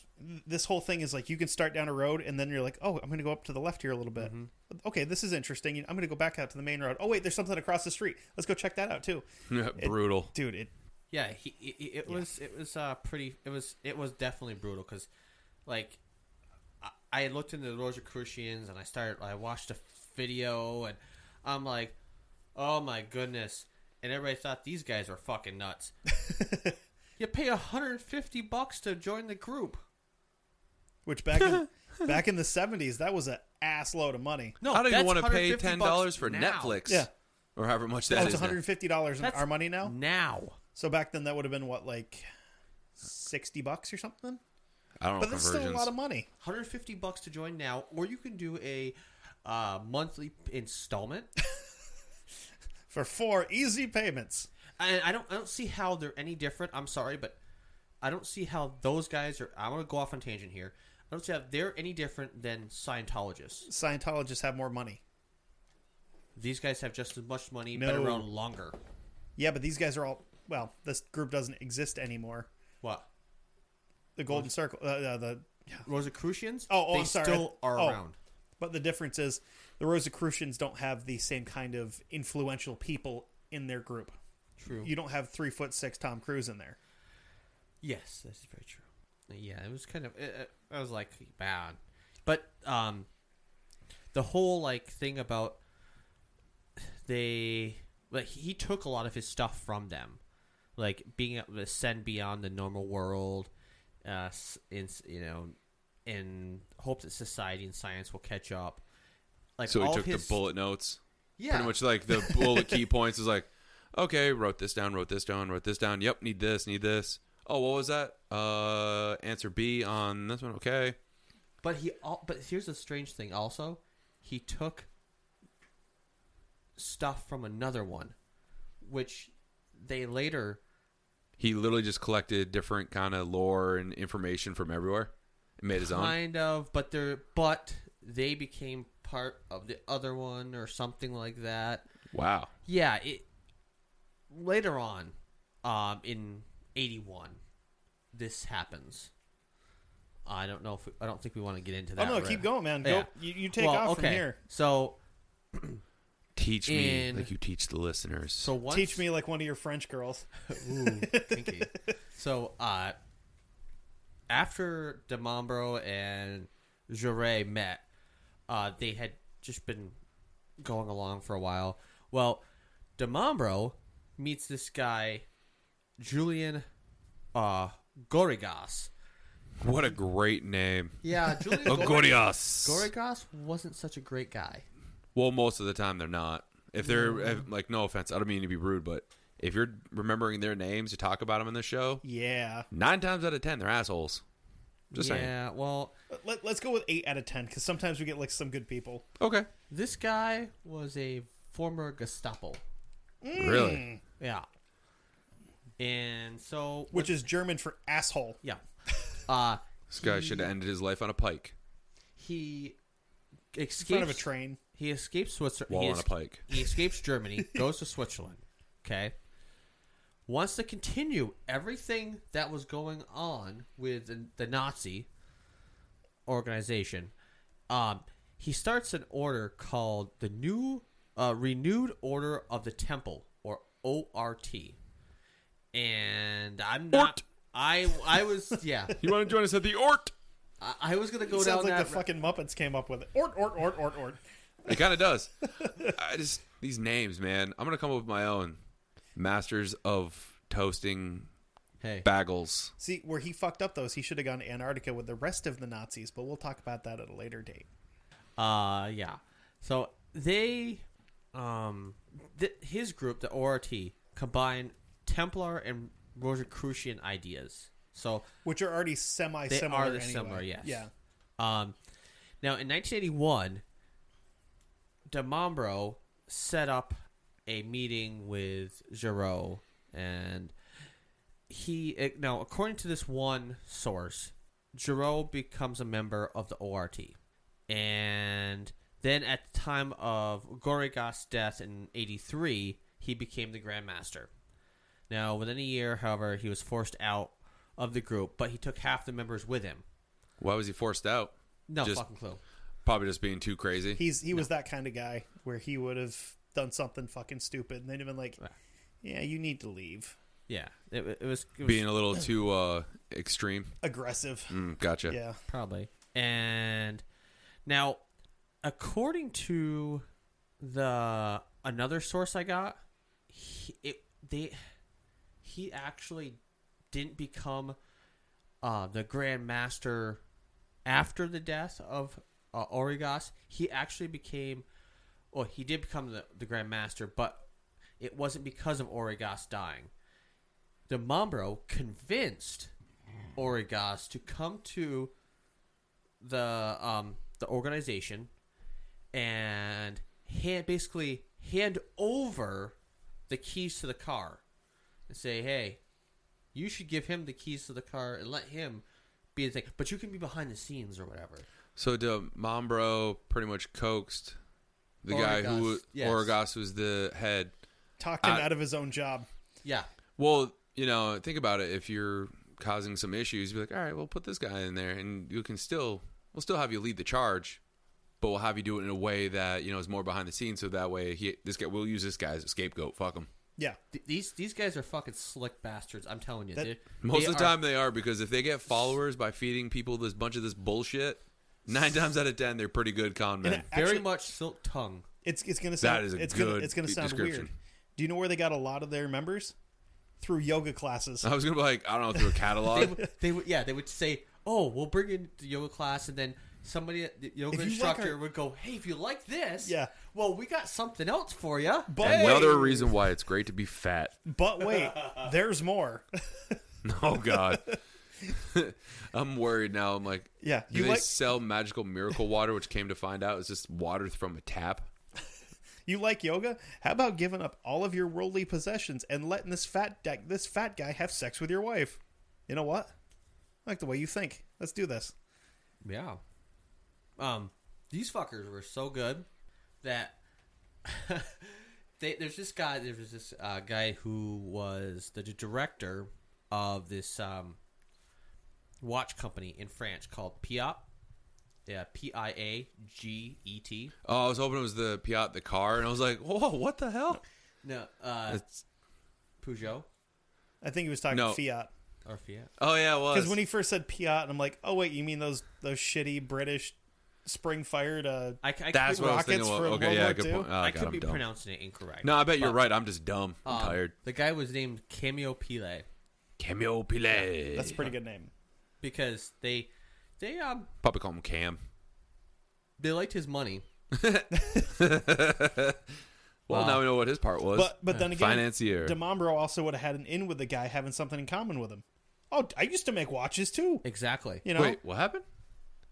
Speaker 2: this whole thing is like you can start down a road and then you're like, oh, I'm gonna go up to the left here a little bit.
Speaker 1: Mm-hmm.
Speaker 2: Okay, this is interesting. I'm gonna go back out to the main road. Oh wait, there's something across the street. Let's go check that out too,
Speaker 3: brutal.
Speaker 2: dude. It
Speaker 1: yeah, he, he- he- it was it was uh, pretty. It was it was definitely brutal because, like, I, I looked into the Rosicrucians and I started. I watched a video and I'm like, "Oh my goodness!" And everybody thought these guys were fucking [laughs] nuts. you pay 150 bucks to join the group.
Speaker 2: which
Speaker 1: [laughs]
Speaker 2: back in, back in the '70s that was a ass load of money.
Speaker 1: No,
Speaker 3: I don't
Speaker 1: that's
Speaker 3: even want to pay
Speaker 1: $150
Speaker 3: ten dollars for
Speaker 1: now.
Speaker 3: Netflix,
Speaker 2: Yeah.
Speaker 3: or however much
Speaker 2: Oh,
Speaker 3: that
Speaker 2: it's
Speaker 3: is. now.
Speaker 2: 150 dollars in
Speaker 1: That's
Speaker 2: our money now.
Speaker 1: Now,
Speaker 2: So back then that would have been what like sixty bucks or something.
Speaker 3: I don't know
Speaker 2: But that's still a
Speaker 3: conversions.
Speaker 2: lot of money.
Speaker 1: 150 bucks to join now, or you can do a uh, monthly installment.
Speaker 2: for four easy payments.
Speaker 1: And I don't I don't see how they're any different. I'm sorry, but I don't see how those guys are. I'm gonna go off on tangent here. I don't see how they're any different than Scientologists.
Speaker 2: Scientologists have more money.
Speaker 1: These guys have just as much money,
Speaker 2: No.
Speaker 1: been around longer.
Speaker 2: Yeah, but these guys are all well. This group doesn't exist anymore.
Speaker 1: What
Speaker 2: The Golden Circle. Uh, uh, the
Speaker 1: Rosicrucians?
Speaker 2: Oh, oh,
Speaker 1: they
Speaker 2: I'm sorry.
Speaker 1: still are
Speaker 2: Oh.
Speaker 1: around.
Speaker 2: but the difference is the Rosicrucians don't have the same kind of influential people in their group.
Speaker 1: True.
Speaker 2: You don't have three foot six Tom Cruise in there.
Speaker 1: Yes, that's very true. Yeah, it was kind of. It, it- I was like, man, but um, the whole like thing about they, like he took a lot of his stuff from them, like being able to send beyond the normal world, uh, s- in you know, in hopes that society and science will catch up. Like
Speaker 3: so he
Speaker 1: all
Speaker 3: took
Speaker 1: his,
Speaker 3: the bullet notes.
Speaker 1: Yeah,
Speaker 3: Pretty much
Speaker 2: [laughs]
Speaker 3: like the bullet key points is like, okay, wrote this down, wrote this down, wrote this down. Yep, need this, need this. Oh, what was that? Uh, answer B on this one. Okay.
Speaker 1: But he all but here's a strange thing also. He took stuff from another one which they later
Speaker 3: He literally just collected different kind of lore and information from everywhere and made his own.
Speaker 1: kind of but they're but they became part of the other one or something like that.
Speaker 3: Wow.
Speaker 1: Yeah, it later on um in 81 this happens. I don't know if I don't think we want to get into that.
Speaker 2: oh no,
Speaker 1: right-
Speaker 2: keep going, man. Go,
Speaker 1: Yeah.
Speaker 2: you, you take
Speaker 1: Well,
Speaker 2: off from
Speaker 1: okay.
Speaker 2: here.
Speaker 1: So
Speaker 3: Teach me
Speaker 1: In-
Speaker 3: like you teach the listeners.
Speaker 1: so once
Speaker 2: Teach me like one of your French girls.
Speaker 1: Ooh, kinky. so, uh, after Demambro and Jarret met, uh, they had just been going along for a while. Well, Demambro meets this guy, Julian uh, Gorigas.
Speaker 3: what a great name.
Speaker 1: Yeah, [laughs] Julian
Speaker 3: Oh,
Speaker 1: Gorigas.
Speaker 3: Agorias.
Speaker 1: Gorigas wasn't such a great guy.
Speaker 3: Well, most of the time they're not. If they're if- like, no offense, I don't mean to be rude, but if you're remembering their names to talk about them in the show,
Speaker 2: Yeah.
Speaker 3: nine times out of ten they're assholes. Just saying.
Speaker 1: yeah, well,
Speaker 2: Let, let's go with eight out of ten because sometimes we get like some good people.
Speaker 3: Okay.
Speaker 1: this guy was a former Gestapo.
Speaker 3: Hmm. Really?
Speaker 1: Yeah. And so
Speaker 2: which is German for asshole.
Speaker 1: Yeah. [laughs] Uh,
Speaker 3: This guy should have ended his life on a pike.
Speaker 1: he escapes.
Speaker 2: In front of a train.
Speaker 1: He escapes Switzerland.
Speaker 3: While
Speaker 1: He,
Speaker 3: on a
Speaker 1: es-
Speaker 3: pike.
Speaker 1: he escapes Germany, [laughs] goes to Switzerland. Okay. Wants to continue everything that was going on with the, the Nazi organization. Um, he starts an order called the New uh, Renewed Order of the Temple, or ORT. And I'm not.
Speaker 3: Ort.
Speaker 1: I I was yeah.
Speaker 3: You want to join us at the Ort?
Speaker 1: I, I was gonna go
Speaker 2: It
Speaker 1: down
Speaker 2: sounds like
Speaker 1: that
Speaker 2: the
Speaker 1: ra-
Speaker 2: fucking Muppets came up with it. Ort, ort, ort, ort, ort.
Speaker 3: It kind of does. I just these names, man. I'm gonna come up with my own. Masters of toasting
Speaker 1: Hey,
Speaker 3: bagels.
Speaker 2: See, where he fucked up, though, is he should have gone to Antarctica with the rest of the Nazis, but we'll talk about that at a later date.
Speaker 1: Uh, yeah. So they, um, th- his group, the ORT, combine Templar and Rosicrucian ideas. So,
Speaker 2: Which are already semi
Speaker 1: They
Speaker 2: similar.
Speaker 1: are the
Speaker 2: anyway.
Speaker 1: similar, yes.
Speaker 2: Yeah.
Speaker 1: um, now in 1981, Demambro set up a meeting with Giraud, and he eh, now according to this one source, Giraud becomes a member of the ORT, and then at the time of Gorigas' death in '83, he became the Grand Master. Now, within a year, however, he was forced out of the group, but he took half the members with him.
Speaker 3: Why was he forced out?
Speaker 1: No
Speaker 3: Just-
Speaker 1: fucking clue.
Speaker 3: Probably just being too crazy.
Speaker 2: He's, he was that kind of guy where he would have done something fucking stupid and they'd have been like, yeah, you need to leave.
Speaker 1: Yeah, it, wa- it was, it was
Speaker 3: being a little too uh extreme.
Speaker 2: Aggressive.
Speaker 3: Mm, gotcha.
Speaker 2: Yeah.
Speaker 1: probably. And now, according to the another source I got, he, it they he actually didn't become uh, the Grand Master after the death of uh, Origas. He actually became, well, he did become the, the Grand Master, but it wasn't because of Origas dying. The Mambro convinced Origas to come to the um, the organization and hand, basically hand over the keys to the car and say, "Hey, you should give him the keys to the car and let him be the thing, but you can be behind the scenes or whatever."
Speaker 3: So the Mombro pretty much coaxed the guy who
Speaker 1: Orgas, yes.
Speaker 3: Orgas was the head.
Speaker 2: Talked him
Speaker 1: Uh,
Speaker 3: I-
Speaker 2: out of his own job.
Speaker 1: Yeah,
Speaker 3: Well, you know, think about it. If you're causing some issues, be like, all right, we'll put this guy in there, and you can still we'll still have you lead the charge, but we'll have you do it in a way that you know is more behind the scenes. So that way, he this guy we'll use this guy as a scapegoat. Fuck him.
Speaker 2: Yeah.
Speaker 1: Th- these these guys are fucking slick bastards. I'm telling you,
Speaker 2: That-
Speaker 1: They-
Speaker 3: Most
Speaker 1: they
Speaker 3: of the
Speaker 1: are-
Speaker 3: time they are because if they get followers by feeding people this bunch of this bullshit, nine times out of ten they're pretty good con men.
Speaker 2: And it-
Speaker 1: very
Speaker 2: actually-
Speaker 1: much silk tongue.
Speaker 2: It's it's gonna sound
Speaker 3: is a
Speaker 2: it's
Speaker 3: good
Speaker 2: gonna it's gonna
Speaker 3: de-
Speaker 2: sound
Speaker 3: description.
Speaker 2: weird. Do you know where they got a lot of their members? Through yoga
Speaker 1: [laughs]
Speaker 2: classes.
Speaker 3: I was gonna be like, I don't know, through a
Speaker 1: They,
Speaker 3: catalog.
Speaker 1: would- they would yeah they would say, oh, we'll bring in the yoga class, and then somebody at the yoga
Speaker 2: If you like
Speaker 1: instructor
Speaker 2: our-
Speaker 1: would go, hey, if you like this,
Speaker 2: Yeah.
Speaker 1: well, we got something else for you.
Speaker 2: But wait,
Speaker 3: Another reason why it's great to be fat.
Speaker 2: but wait, there's more. [laughs]
Speaker 3: Oh God, [laughs] I'm worried now. I'm like,
Speaker 2: Yeah,
Speaker 3: do
Speaker 2: you
Speaker 3: they
Speaker 2: like-
Speaker 3: sell magical miracle water? Which came to find out is just water from a tap.
Speaker 2: You like yoga? How about giving up all of your worldly possessions and letting this fat da- this fat guy have sex with your wife? You know what? I like the way you think. Let's do this.
Speaker 1: Yeah. Um, these fuckers were so good that [laughs] they, there's this guy. There was this uh, guy who was the d- director of this um, watch company in France called Piat. Yeah, P I A G E T.
Speaker 3: Oh, I was hoping it was the Piat the car, and I was like, whoa, what the hell?
Speaker 1: No, uh,
Speaker 3: It's-
Speaker 1: Peugeot
Speaker 2: I think he was talking
Speaker 3: No.
Speaker 2: fiat
Speaker 1: or Fiat.
Speaker 3: oh yeah, it was.
Speaker 2: because when he first said fiat, and I'm like, oh wait, you mean those those shitty British spring fired? Uh,
Speaker 1: I, c- I
Speaker 3: That's
Speaker 1: could,
Speaker 3: what I
Speaker 2: rockets
Speaker 3: was thinking. Of.
Speaker 2: from
Speaker 3: Okay,
Speaker 2: World
Speaker 3: yeah,
Speaker 2: War
Speaker 3: good
Speaker 2: II?
Speaker 3: point. Oh,
Speaker 1: I
Speaker 3: God,
Speaker 1: could
Speaker 3: I'm
Speaker 1: be
Speaker 3: dumb.
Speaker 1: pronouncing it incorrect.
Speaker 3: no, I bet you're
Speaker 1: but,
Speaker 3: right. I'm just dumb. I'm
Speaker 1: um,
Speaker 3: tired.
Speaker 1: The guy was named Cameo Pile.
Speaker 3: Cameo Pile.
Speaker 2: that's a pretty good name.
Speaker 1: because they they um
Speaker 3: Probably call him Cam.
Speaker 1: they liked his money.
Speaker 3: Well, now we know what his part was.
Speaker 2: But but then again,
Speaker 3: uh, Financier.
Speaker 2: Demombro also would have had an in with the guy having something in common with him. Oh, I used to make watches too.
Speaker 1: Exactly.
Speaker 2: You know,
Speaker 3: Wait, what happened?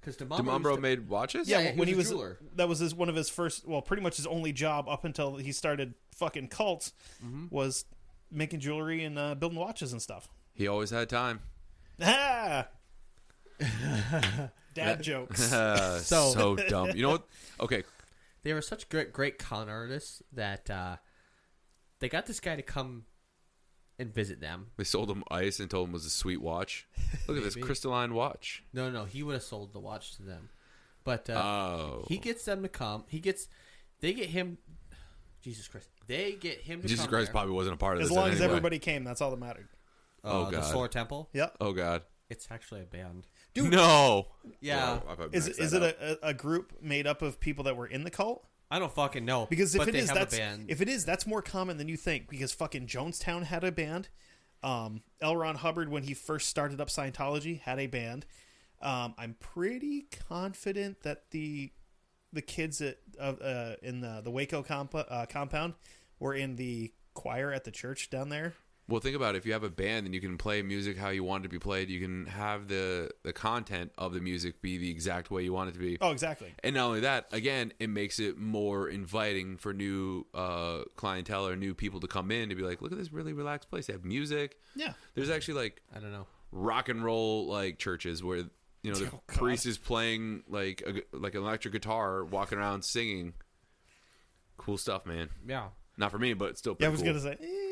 Speaker 1: Because
Speaker 3: Demombro made watches.
Speaker 1: Yeah,
Speaker 2: yeah,
Speaker 1: he
Speaker 2: when
Speaker 1: was a
Speaker 2: he was
Speaker 1: jeweler.
Speaker 2: that was his one of his first, well, pretty much his only job up until he started fucking cults
Speaker 1: Mm-hmm.
Speaker 2: was making jewelry and uh, building watches and stuff. [laughs]
Speaker 3: He always had time.
Speaker 2: Ah!
Speaker 1: [laughs]
Speaker 2: Dad jokes.
Speaker 3: Uh, so,
Speaker 1: So-
Speaker 3: dumb. You
Speaker 2: [laughs]
Speaker 3: know what? Okay,
Speaker 1: they were such great great con artists that uh, they got this guy to come and visit them.
Speaker 3: they sold him ice and told him it was a sweet watch. Look
Speaker 2: [laughs]
Speaker 3: at this crystalline watch.
Speaker 1: No, no, he would have sold the watch to them, but uh,
Speaker 3: Oh,
Speaker 1: he gets them to come. He gets they get him. Jesus Christ! They get him. To
Speaker 3: Jesus
Speaker 1: come
Speaker 3: Christ
Speaker 1: there.
Speaker 3: probably wasn't a part of
Speaker 2: As
Speaker 3: this.
Speaker 2: long
Speaker 3: in
Speaker 2: as
Speaker 3: any way.
Speaker 2: everybody came, that's all that mattered.
Speaker 1: Uh,
Speaker 3: Oh,
Speaker 1: the
Speaker 3: God.
Speaker 1: Solar Temple.
Speaker 2: Yep.
Speaker 3: Oh God.
Speaker 1: It's actually a band.
Speaker 3: no.
Speaker 1: Yeah,
Speaker 3: Well, I probably
Speaker 2: Is,
Speaker 3: maxed
Speaker 2: is
Speaker 3: that
Speaker 2: it
Speaker 3: out.
Speaker 2: a, a a group made up of people that were in the cult?
Speaker 1: I don't fucking know
Speaker 2: Because if
Speaker 1: but
Speaker 2: it
Speaker 1: they
Speaker 2: is,
Speaker 1: have
Speaker 2: that's
Speaker 1: a band.
Speaker 2: if it is, that's more common than you think. Because fucking Jonestown had a band. Um, L. Ron Hubbard, when he first started up Scientology, had a band. Um, I'm pretty confident that the the kids at, of uh, in the, the Waco compa- uh, compound were in the choir at the church down there.
Speaker 3: Well, think about it. If you have a band, then you can play music how you want it to be played. You can have the the content of the music be the exact way you want it to be.
Speaker 2: Oh, exactly.
Speaker 3: And not only that, again, it makes it more inviting for new uh, clientele or new people to come in to be like, look at this really relaxed place. They have music.
Speaker 2: Yeah.
Speaker 3: There's actually like
Speaker 1: I don't know.
Speaker 3: rock and roll like churches where you know
Speaker 2: [laughs]
Speaker 3: the
Speaker 2: Oh, God.
Speaker 3: priest is playing like a, like an electric guitar, walking around singing. Cool stuff, man.
Speaker 1: Yeah.
Speaker 3: Not for me, but it's still
Speaker 2: Yeah,
Speaker 3: pretty
Speaker 2: I was
Speaker 3: cool.
Speaker 2: gonna say. eh.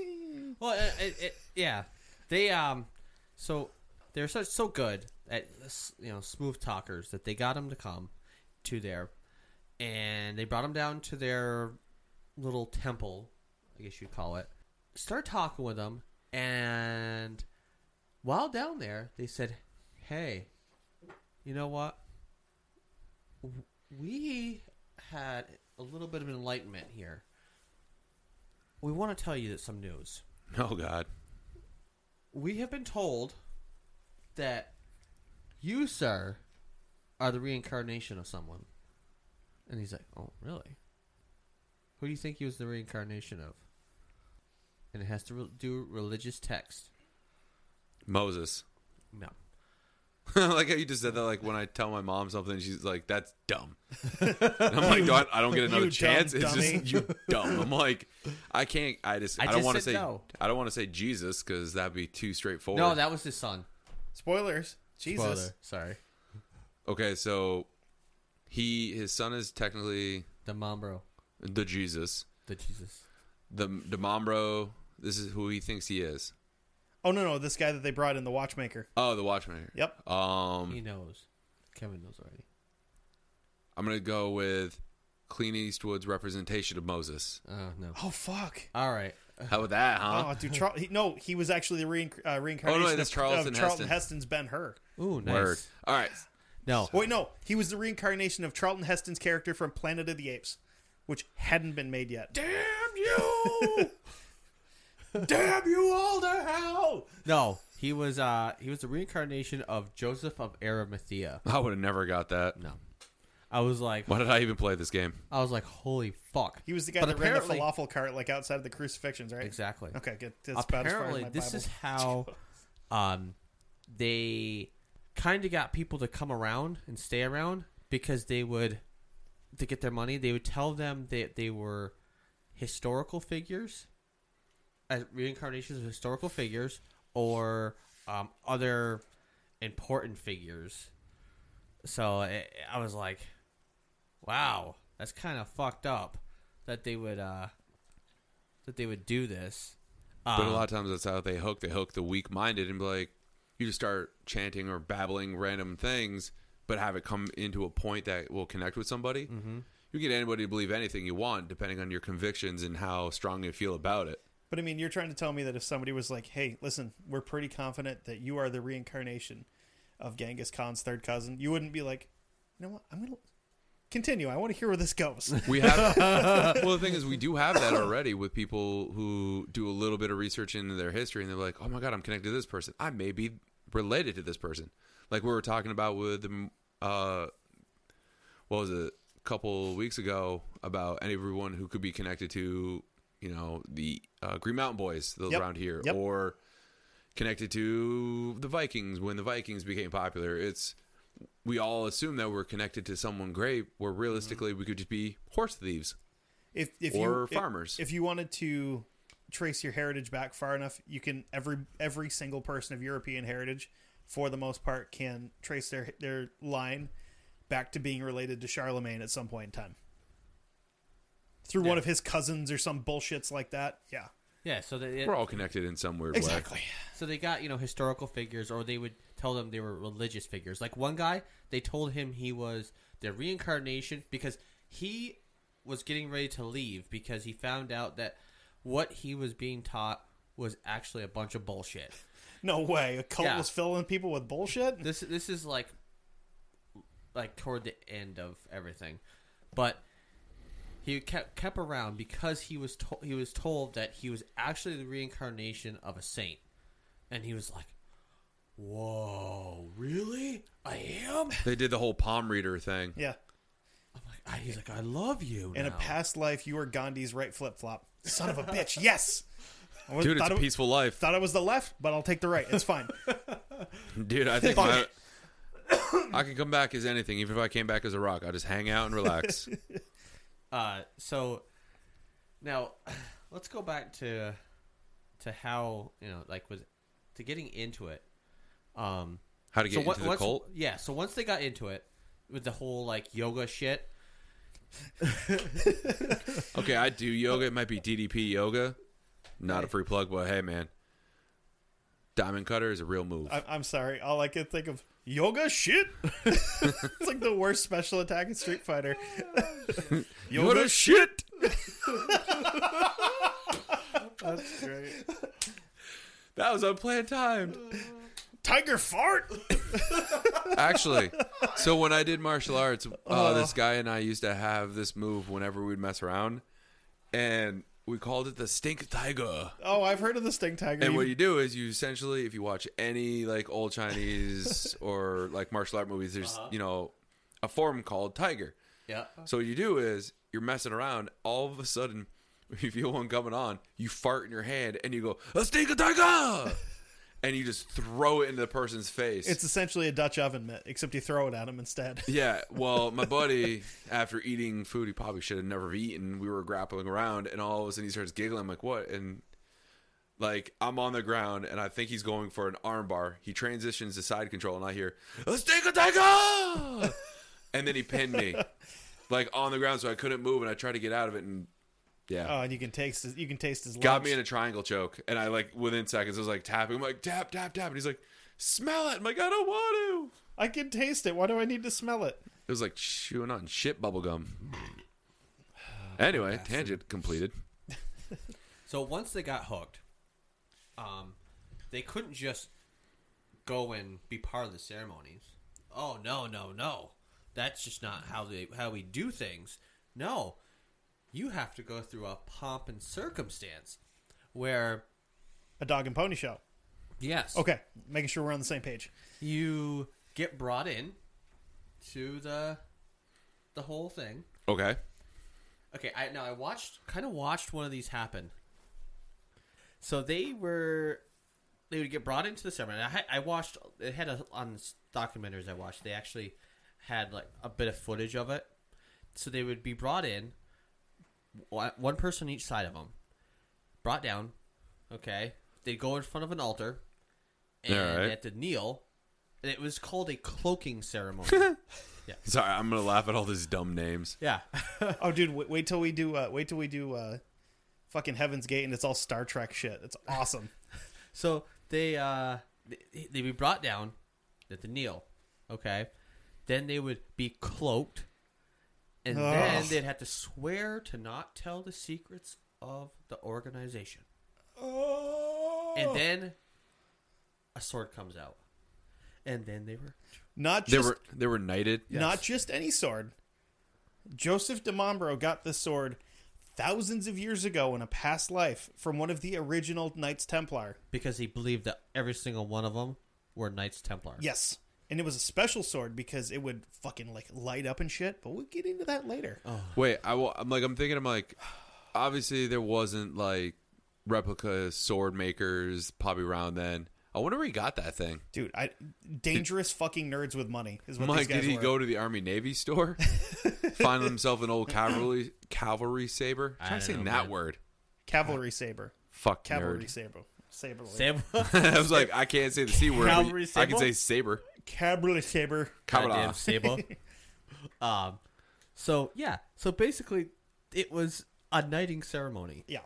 Speaker 1: Well, it, it, it, yeah, they um, so they're so so good at you know smooth talkers that they got him to come to there, and they brought him down to their little temple, I guess you'd call it. Start talking with him, and while down there, they said, "Hey, you know what? W- We had a little bit of enlightenment here. We want to tell you some news."
Speaker 3: [laughs] Oh God,
Speaker 1: we have been told that you, sir, are the reincarnation of someone. And he's like, Oh, really? Who do you think he was the reincarnation of? And it has to re- do religious text.
Speaker 3: Moses. [laughs]
Speaker 1: No.
Speaker 3: like how you just said that. Like when I tell my mom something, she's like, "That's
Speaker 2: [laughs]
Speaker 3: dumb." And I'm like, "Do I, I don't get another
Speaker 2: you dumb
Speaker 3: chance? it's
Speaker 2: dummy."
Speaker 3: just you
Speaker 2: [laughs]
Speaker 3: dumb." I'm like, "I can't. I just.
Speaker 1: I
Speaker 3: I, don't
Speaker 1: just
Speaker 3: want to
Speaker 1: said
Speaker 3: say.
Speaker 1: no.
Speaker 3: I don't want to say Jesus because that'd be too straightforward."
Speaker 1: No, that was his son.
Speaker 2: Spoilers. Jesus.
Speaker 1: Spoiler. Sorry.
Speaker 3: okay, so he his son is technically
Speaker 1: The mom, bro.
Speaker 3: the Jesus.
Speaker 1: The Jesus.
Speaker 3: The the mom bro. This is who he thinks he is.
Speaker 2: Oh no, no, this guy that they brought in the watchmaker.
Speaker 3: Oh, the Watchman.
Speaker 2: Yep.
Speaker 3: Um,
Speaker 1: He knows. Kevin knows already.
Speaker 3: I'm gonna go with Clean Eastwood's representation of Moses.
Speaker 1: Oh, no.
Speaker 2: Oh fuck.
Speaker 1: All right.
Speaker 3: How about that, huh?
Speaker 2: Oh, dude, Char- he, no, he was actually the reinc- uh,
Speaker 1: Oh,
Speaker 2: reincarnation
Speaker 3: that's
Speaker 2: of,
Speaker 3: Charlton
Speaker 2: of Charlton
Speaker 3: Heston.
Speaker 2: Heston's Ben Hur.
Speaker 1: Ooh, nice.
Speaker 3: Word. All right.
Speaker 1: No.
Speaker 2: Wait, no, he was the reincarnation of Charlton Heston's character from Planet of the Apes, which hadn't been made yet.
Speaker 3: Damn you! Damn you all to hell!
Speaker 1: No. He was uh he was the reincarnation of Joseph of Arimathea.
Speaker 3: I would have never got that.
Speaker 1: No. I was like
Speaker 3: Why did I even play this game?
Speaker 1: I was like, holy fuck.
Speaker 2: He was the guy
Speaker 1: But
Speaker 2: that ran the
Speaker 1: apparently-
Speaker 2: falafel cart like outside of the crucifixions, right?
Speaker 1: Exactly.
Speaker 2: Okay, good. That's about as far as
Speaker 1: apparently
Speaker 2: my
Speaker 1: this
Speaker 2: Bible.
Speaker 1: is how um they kind of got people to come around and stay around because they would to get their money they would tell them that they were historical figures as reincarnations of historical figures or um, other important figures so i i was like wow that's kind of fucked up that they would uh that they would do this
Speaker 3: but a
Speaker 1: Um,
Speaker 3: lot of times that's how they hook. They hook the weak minded and be like, you just start chanting or babbling random things, but have it come into a point that will connect with somebody. Mm-hmm. You can get anybody to believe anything you want, depending on your convictions and how strong you feel about it.
Speaker 2: But I mean, you're trying to tell me that if somebody was like, "Hey, listen, we're pretty confident that you are the reincarnation of Genghis Khan's third cousin," you wouldn't be like, "You know what? I'm gonna continue. I want to hear where this goes."
Speaker 3: We have [laughs] well, the thing is, we do have that already with people who do a little bit of research into their history, and they're like, "Oh my god, I'm connected to this person. I may be related to this person." Like we were talking about with the, uh, what was it, a couple weeks ago about everyone who could be connected to, you know, the uh, Green Mountain Boys those
Speaker 2: Yep.
Speaker 3: around here,
Speaker 2: Yep.
Speaker 3: or connected to the Vikings when the Vikings became popular. It's we all assume that we're connected to someone great, where realistically we could just be horse thieves.
Speaker 2: if if
Speaker 3: Or
Speaker 2: you, if-
Speaker 3: farmers.
Speaker 2: If, you wanted to trace your heritage back far enough, you can every every single person of European heritage, for the most part, can trace their their line back to being related to Charlemagne at some point in time through one of his cousins or some bullshits like that. Yeah,
Speaker 1: Yeah, so they
Speaker 3: We're all connected in some weird way.
Speaker 2: exactly.
Speaker 1: so they got you know historical figures, or they would tell them they were religious figures. Like one guy, they told him he was the reincarnation because he was getting ready to leave because he found out that what he was being taught was actually a bunch of bullshit.
Speaker 2: No way. A cult
Speaker 1: Yeah.
Speaker 2: was filling people with bullshit?
Speaker 1: This this is like like toward the end of everything, but he kept kept around because he was to- he was told that he was actually the reincarnation of a saint, and he was like, "Whoa, really? I am."
Speaker 3: They did the whole palm reader thing.
Speaker 2: Yeah.
Speaker 1: I'm like, I, he's like, "I love you."
Speaker 2: In a
Speaker 1: now."
Speaker 2: past life, you were Gandhi's right flip flop. Son of a bitch. Yes. I was-
Speaker 3: Dude, it's
Speaker 2: thought
Speaker 3: a
Speaker 2: it,
Speaker 3: peaceful life.
Speaker 2: Thought it was the left, but I'll take the right. It's
Speaker 3: [laughs]
Speaker 2: fine.
Speaker 3: Dude, I think my, [coughs] I can come back as anything. Even if I came back as a rock, I'll just hang out and
Speaker 2: [laughs]
Speaker 3: relax.
Speaker 1: Uh, so now [sighs] let's go back to to how you know, like, was to getting into it. Um,
Speaker 3: How to get
Speaker 1: so what,
Speaker 3: into the
Speaker 1: once,
Speaker 3: cult?
Speaker 1: Yeah, so once they got into it with the whole like yoga shit,
Speaker 3: Okay, I do yoga. It might be DDP yoga. Not a free plug, but hey, man. Diamond cutter is a real move.
Speaker 2: I, I'm sorry. All I could think of yoga shit. [laughs] it's like the worst special attack in Street Fighter.
Speaker 3: What a shit!
Speaker 2: That's great.
Speaker 3: That was unplanned timed.
Speaker 2: Tiger fart.
Speaker 3: Actually, so when I did martial arts, uh, this guy and I used to have this move whenever we'd mess around, and we called it the stink tiger.
Speaker 2: Oh, I've heard of the sting tiger.
Speaker 3: And
Speaker 2: You-
Speaker 3: what you do is you essentially, if you watch any like old Chinese or like martial art movies, there's you know a form called tiger.
Speaker 1: yeah,
Speaker 3: So what you do is you're messing around. All of a sudden, [laughs] you feel one coming on. You fart in your hand, and you go a stink tiger, and you just throw it into the person's face.
Speaker 2: It's essentially a Dutch oven mitt, except you throw it at him
Speaker 3: [laughs]
Speaker 2: instead.
Speaker 3: Yeah, well, my buddy, after eating food he probably should have never eaten, we were grappling around, and all of a sudden he starts giggling. I'm like, what? And like, I'm on the ground, and I think he's going for an armbar. He transitions to side control, and I hear, let's take a tiger! and then he pinned me, like, on the ground, so I couldn't move, and I tried to get out of it, and yeah.
Speaker 2: Oh, and you can taste his, you can taste his
Speaker 3: Got
Speaker 2: lunch.
Speaker 3: me in a triangle choke, and I, like, within seconds, I was like tapping. I'm like, tap, tap, tap. And he's like, smell it. I'm like, I don't want to.
Speaker 2: I can taste it. Why do I need to smell it?
Speaker 3: It was like chewing on shit bubblegum. Anyway, tangent completed.
Speaker 1: So once they got hooked, um, they couldn't just go and be part of the ceremonies. Oh no, no, no! That's just not how they how we do things. No, you have to go through a pomp and circumstance where
Speaker 2: A dog and pony show.
Speaker 1: yes,
Speaker 2: Okay, making sure we're on the same page.
Speaker 1: you get brought in to the the whole thing.
Speaker 3: Okay.
Speaker 1: Okay, I now I watched kind of watched one of these happen. So they were they would get brought into the ceremony. I, had- I watched it had a, on s- documentaries I watched. They actually had like a bit of footage of it. So they would be brought in, one one person each side of them, brought down. Okay, they go in front of an altar, and
Speaker 3: All right.
Speaker 1: they had to kneel. And it was called a cloaking ceremony.
Speaker 3: [laughs] Sorry, I'm gonna laugh at all these dumb names.
Speaker 1: yeah,
Speaker 2: Oh, dude, wait, wait till we do. Uh, wait till we do. Uh, fucking Heaven's Gate, and it's all Star Trek shit. It's awesome.
Speaker 1: So they uh they they be brought down at the kneel, okay. Then they would be cloaked, and then
Speaker 2: Ugh.
Speaker 1: they'd have to swear to not tell the secrets of the organization.
Speaker 2: oh.
Speaker 1: And then a sword comes out, and then they were
Speaker 2: not
Speaker 3: They
Speaker 2: just
Speaker 3: were they were knighted.
Speaker 2: not just any sword. Joseph DeMombro got this sword thousands of years ago in a past life from one of the original Knights Templar.
Speaker 1: because he believed that every single one of them were Knights Templar. [laughs]
Speaker 2: Yes. And it was a special sword because it would fucking like light up and shit, but we'll get into that later.
Speaker 3: Wait, I will, I'm like I'm thinking. I'm like, obviously there wasn't like replica sword makers probably around then. I wonder where he got that thing.
Speaker 2: Dude, I dangerous fucking nerds with money is what
Speaker 3: Mike,
Speaker 2: these guys
Speaker 3: did he
Speaker 2: were.
Speaker 3: go to the Army Navy store? Find himself an old cavalry cavalry saber?
Speaker 1: I
Speaker 3: Try
Speaker 1: don't
Speaker 3: saying
Speaker 1: know,
Speaker 3: that
Speaker 1: man.
Speaker 3: word.
Speaker 2: cavalry saber.
Speaker 3: Fuck
Speaker 2: Cavalry
Speaker 3: nerd.
Speaker 2: saber. Saber. saber.
Speaker 1: Sam,
Speaker 3: [laughs] I was like, I can't say the c word.
Speaker 1: Cavalry
Speaker 3: but I can
Speaker 1: saber?
Speaker 3: say saber.
Speaker 2: Cavalry saber.
Speaker 1: goddamn
Speaker 3: Cavalry.
Speaker 1: Sable. um, so yeah, so basically, it was a knighting ceremony.
Speaker 2: Yeah.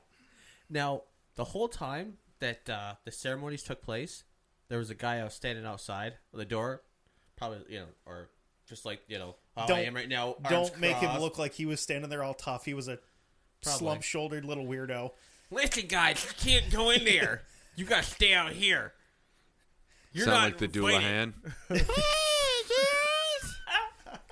Speaker 1: Now, the whole time that uh, the ceremonies took place, there was a guy I was standing outside of the door, probably you know, or just like you know how
Speaker 2: Don't-
Speaker 1: I am right now. arms
Speaker 2: Don't make him
Speaker 1: crossed.
Speaker 2: look like he was standing there all tough. He was a
Speaker 1: Probably.
Speaker 2: slump-shouldered little weirdo.
Speaker 1: Listen, guys, you can't go in
Speaker 2: [laughs]
Speaker 1: there. you gotta stay out here. You're
Speaker 3: Sound
Speaker 1: not
Speaker 3: like the
Speaker 1: invited.
Speaker 3: Doulahan.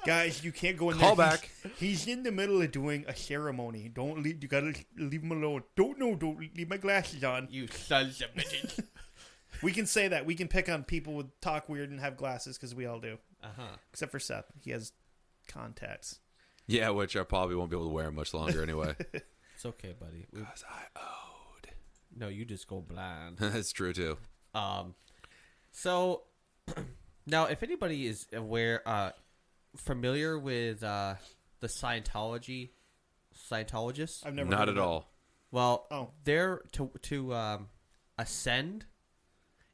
Speaker 2: Guys, you can't go in
Speaker 3: Call
Speaker 2: there.
Speaker 3: back.
Speaker 2: He's, he's in the middle of doing a ceremony. Don't leave. You gotta leave him alone. Don't no. Don't leave my glasses on.
Speaker 1: [laughs] You sons of bitches.
Speaker 2: [laughs] We can say that. We can pick on people with talk weird and have glasses because we all do.
Speaker 1: uh huh.
Speaker 2: Except for Seth, he has contacts.
Speaker 3: [laughs] Yeah, which I probably won't be able to wear much longer [laughs] anyway.
Speaker 1: It's okay, buddy. We-
Speaker 3: Because I owed.
Speaker 1: no, you just go blind.
Speaker 3: [laughs] That's true too.
Speaker 1: Um, so [clears throat] now, if anybody is aware, uh, familiar with uh, the Scientology Scientologists,
Speaker 2: I've never
Speaker 3: Not
Speaker 2: heard of
Speaker 3: at
Speaker 2: it.
Speaker 3: all.
Speaker 1: well,
Speaker 2: Oh.
Speaker 1: they're to to um, ascend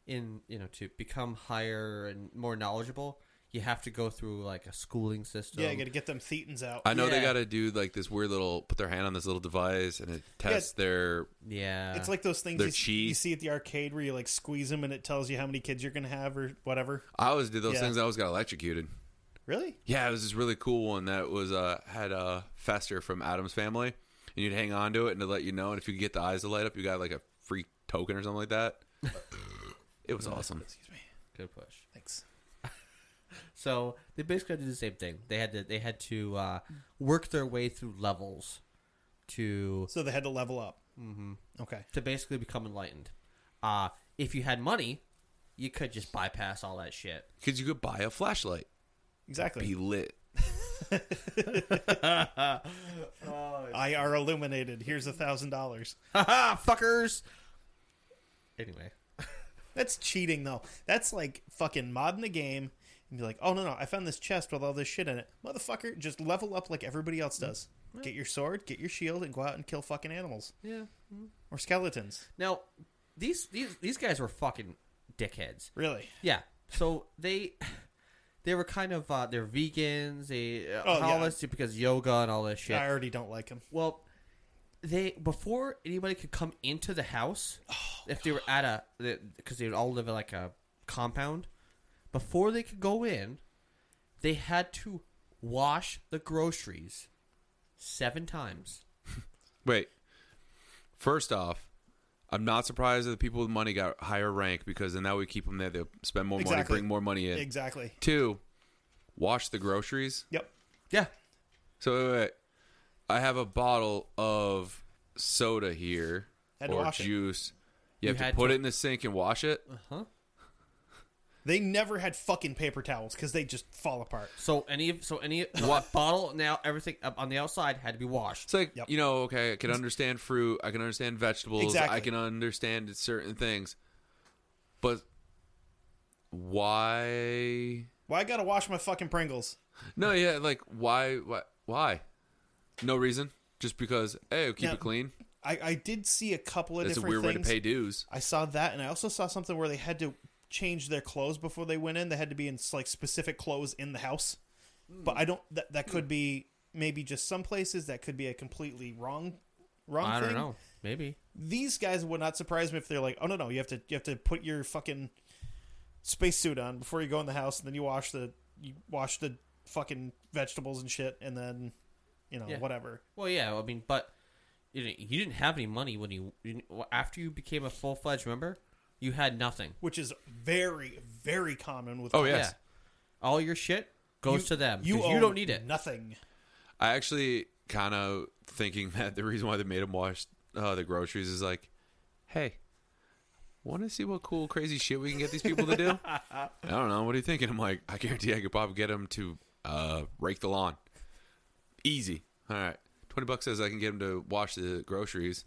Speaker 1: in you know to become higher and more knowledgeable. You have to go through like a schooling system.
Speaker 2: Yeah, you gotta get them thetans out.
Speaker 3: I know they
Speaker 1: Yeah.
Speaker 3: got to do like this weird little put their hand on this little device and it tests their.
Speaker 1: Yeah.
Speaker 2: it's like those things
Speaker 3: Their
Speaker 2: you, s-
Speaker 3: chi.
Speaker 2: you see at the arcade where you like squeeze them and it tells you how many kids you're gonna have or whatever.
Speaker 3: I always did those
Speaker 2: Yeah.
Speaker 3: things. I always got electrocuted.
Speaker 2: Really?
Speaker 3: Yeah, it was this really cool one that was uh had uh, Fester from Adam's Family, and you'd hang on to it and to let you know. And if you could get the eyes to light up, you got like a free token or something like that.
Speaker 2: [laughs]
Speaker 3: it was awesome.
Speaker 2: Excuse me.
Speaker 1: good push.
Speaker 2: Thanks.
Speaker 1: So they basically did the same thing. They had to they had to uh, work their way through levels to
Speaker 2: So they had to level up. Mm-hmm. Okay.
Speaker 1: to basically become enlightened. Uh, if you had money, you could just bypass all that shit. [laughs]
Speaker 3: Because you could buy a flashlight,
Speaker 2: Exactly.
Speaker 3: be lit.
Speaker 2: I are illuminated. Here's a thousand dollars.
Speaker 1: Haha, fuckers. Anyway,
Speaker 2: That's cheating, though. That's like fucking modding the game and be like, oh, no, no, I found this chest with all this shit in it. Motherfucker, just level up like everybody else does. Get your sword, get your shield, and go out and kill fucking animals
Speaker 1: Yeah.
Speaker 2: or skeletons.
Speaker 1: Now, these these these guys were fucking dickheads.
Speaker 2: Really?
Speaker 1: Yeah. So they [sighs] they were kind of uh, they're vegans. They uh,
Speaker 2: Oh, yeah.
Speaker 1: holists because yoga and all this shit.
Speaker 2: I already don't like them.
Speaker 1: Well, they before anybody could come into the house, if they were at a because they would all live in like a compound. Before they could go in, they had to wash the groceries seven times.
Speaker 3: Wait. First off, I'm not surprised that the people with money got higher rank because then that would keep them there. They'll spend more money,
Speaker 2: Exactly.
Speaker 3: bring more money in.
Speaker 2: Exactly.
Speaker 3: Two, wash the groceries.
Speaker 2: Yep.
Speaker 1: Yeah,
Speaker 3: So wait, wait, wait. I have a bottle of soda here
Speaker 2: Had to
Speaker 3: or
Speaker 2: wash it.
Speaker 3: juice. You, have
Speaker 1: had
Speaker 3: to put
Speaker 1: to-
Speaker 3: it in the sink and wash it.
Speaker 2: They never had fucking paper towels because they just fall apart.
Speaker 1: So any so any
Speaker 3: What?
Speaker 1: bottle now everything up on the outside had to be washed.
Speaker 3: It's like
Speaker 2: Yep.
Speaker 3: you know, okay, I can understand fruit, I can understand vegetables, I
Speaker 2: Exactly.
Speaker 3: can understand certain things, but why?
Speaker 2: Well, I gotta wash my fucking Pringles.
Speaker 3: No, yeah, like why? Why? Why? No reason. Just because. Hey, keep
Speaker 2: Now,
Speaker 3: it clean.
Speaker 2: I, I did see a couple of
Speaker 3: That's a
Speaker 2: different
Speaker 3: weird way
Speaker 2: things.
Speaker 3: to pay dues.
Speaker 2: I saw that, and I also saw something where they had to change their clothes before they went in. They had to be in like specific clothes in the house. But I don't. That that could be maybe just some places. That could be a completely wrong, wrong.
Speaker 1: I don't
Speaker 2: thing.
Speaker 1: know. Maybe.
Speaker 2: These guys would not surprise me if they're like, oh no no, you have to you have to put your fucking spacesuit on before you go in the house, and then you wash the you wash the fucking vegetables and shit, and then you know
Speaker 1: Yeah.
Speaker 2: whatever.
Speaker 1: Well, yeah. I mean, but you didn't, you didn't have any money when you, you didn't- after you became a full fledged member. You had nothing.
Speaker 2: Which is very very common with
Speaker 3: Oh yes.
Speaker 1: Yeah. All your shit goes to them. 'cause You,
Speaker 2: own
Speaker 1: don't need it.
Speaker 2: Nothing.
Speaker 3: I actually kind of thinking [laughs] that the reason why they made him wash uh, the groceries is like, hey, want to see what cool, crazy shit we can get these people
Speaker 2: [laughs]
Speaker 3: to do? I don't know. What are you thinking? I'm like, I guarantee I could probably get them to uh, rake the lawn. Easy. All right. 20 bucks says I can get them to wash the groceries.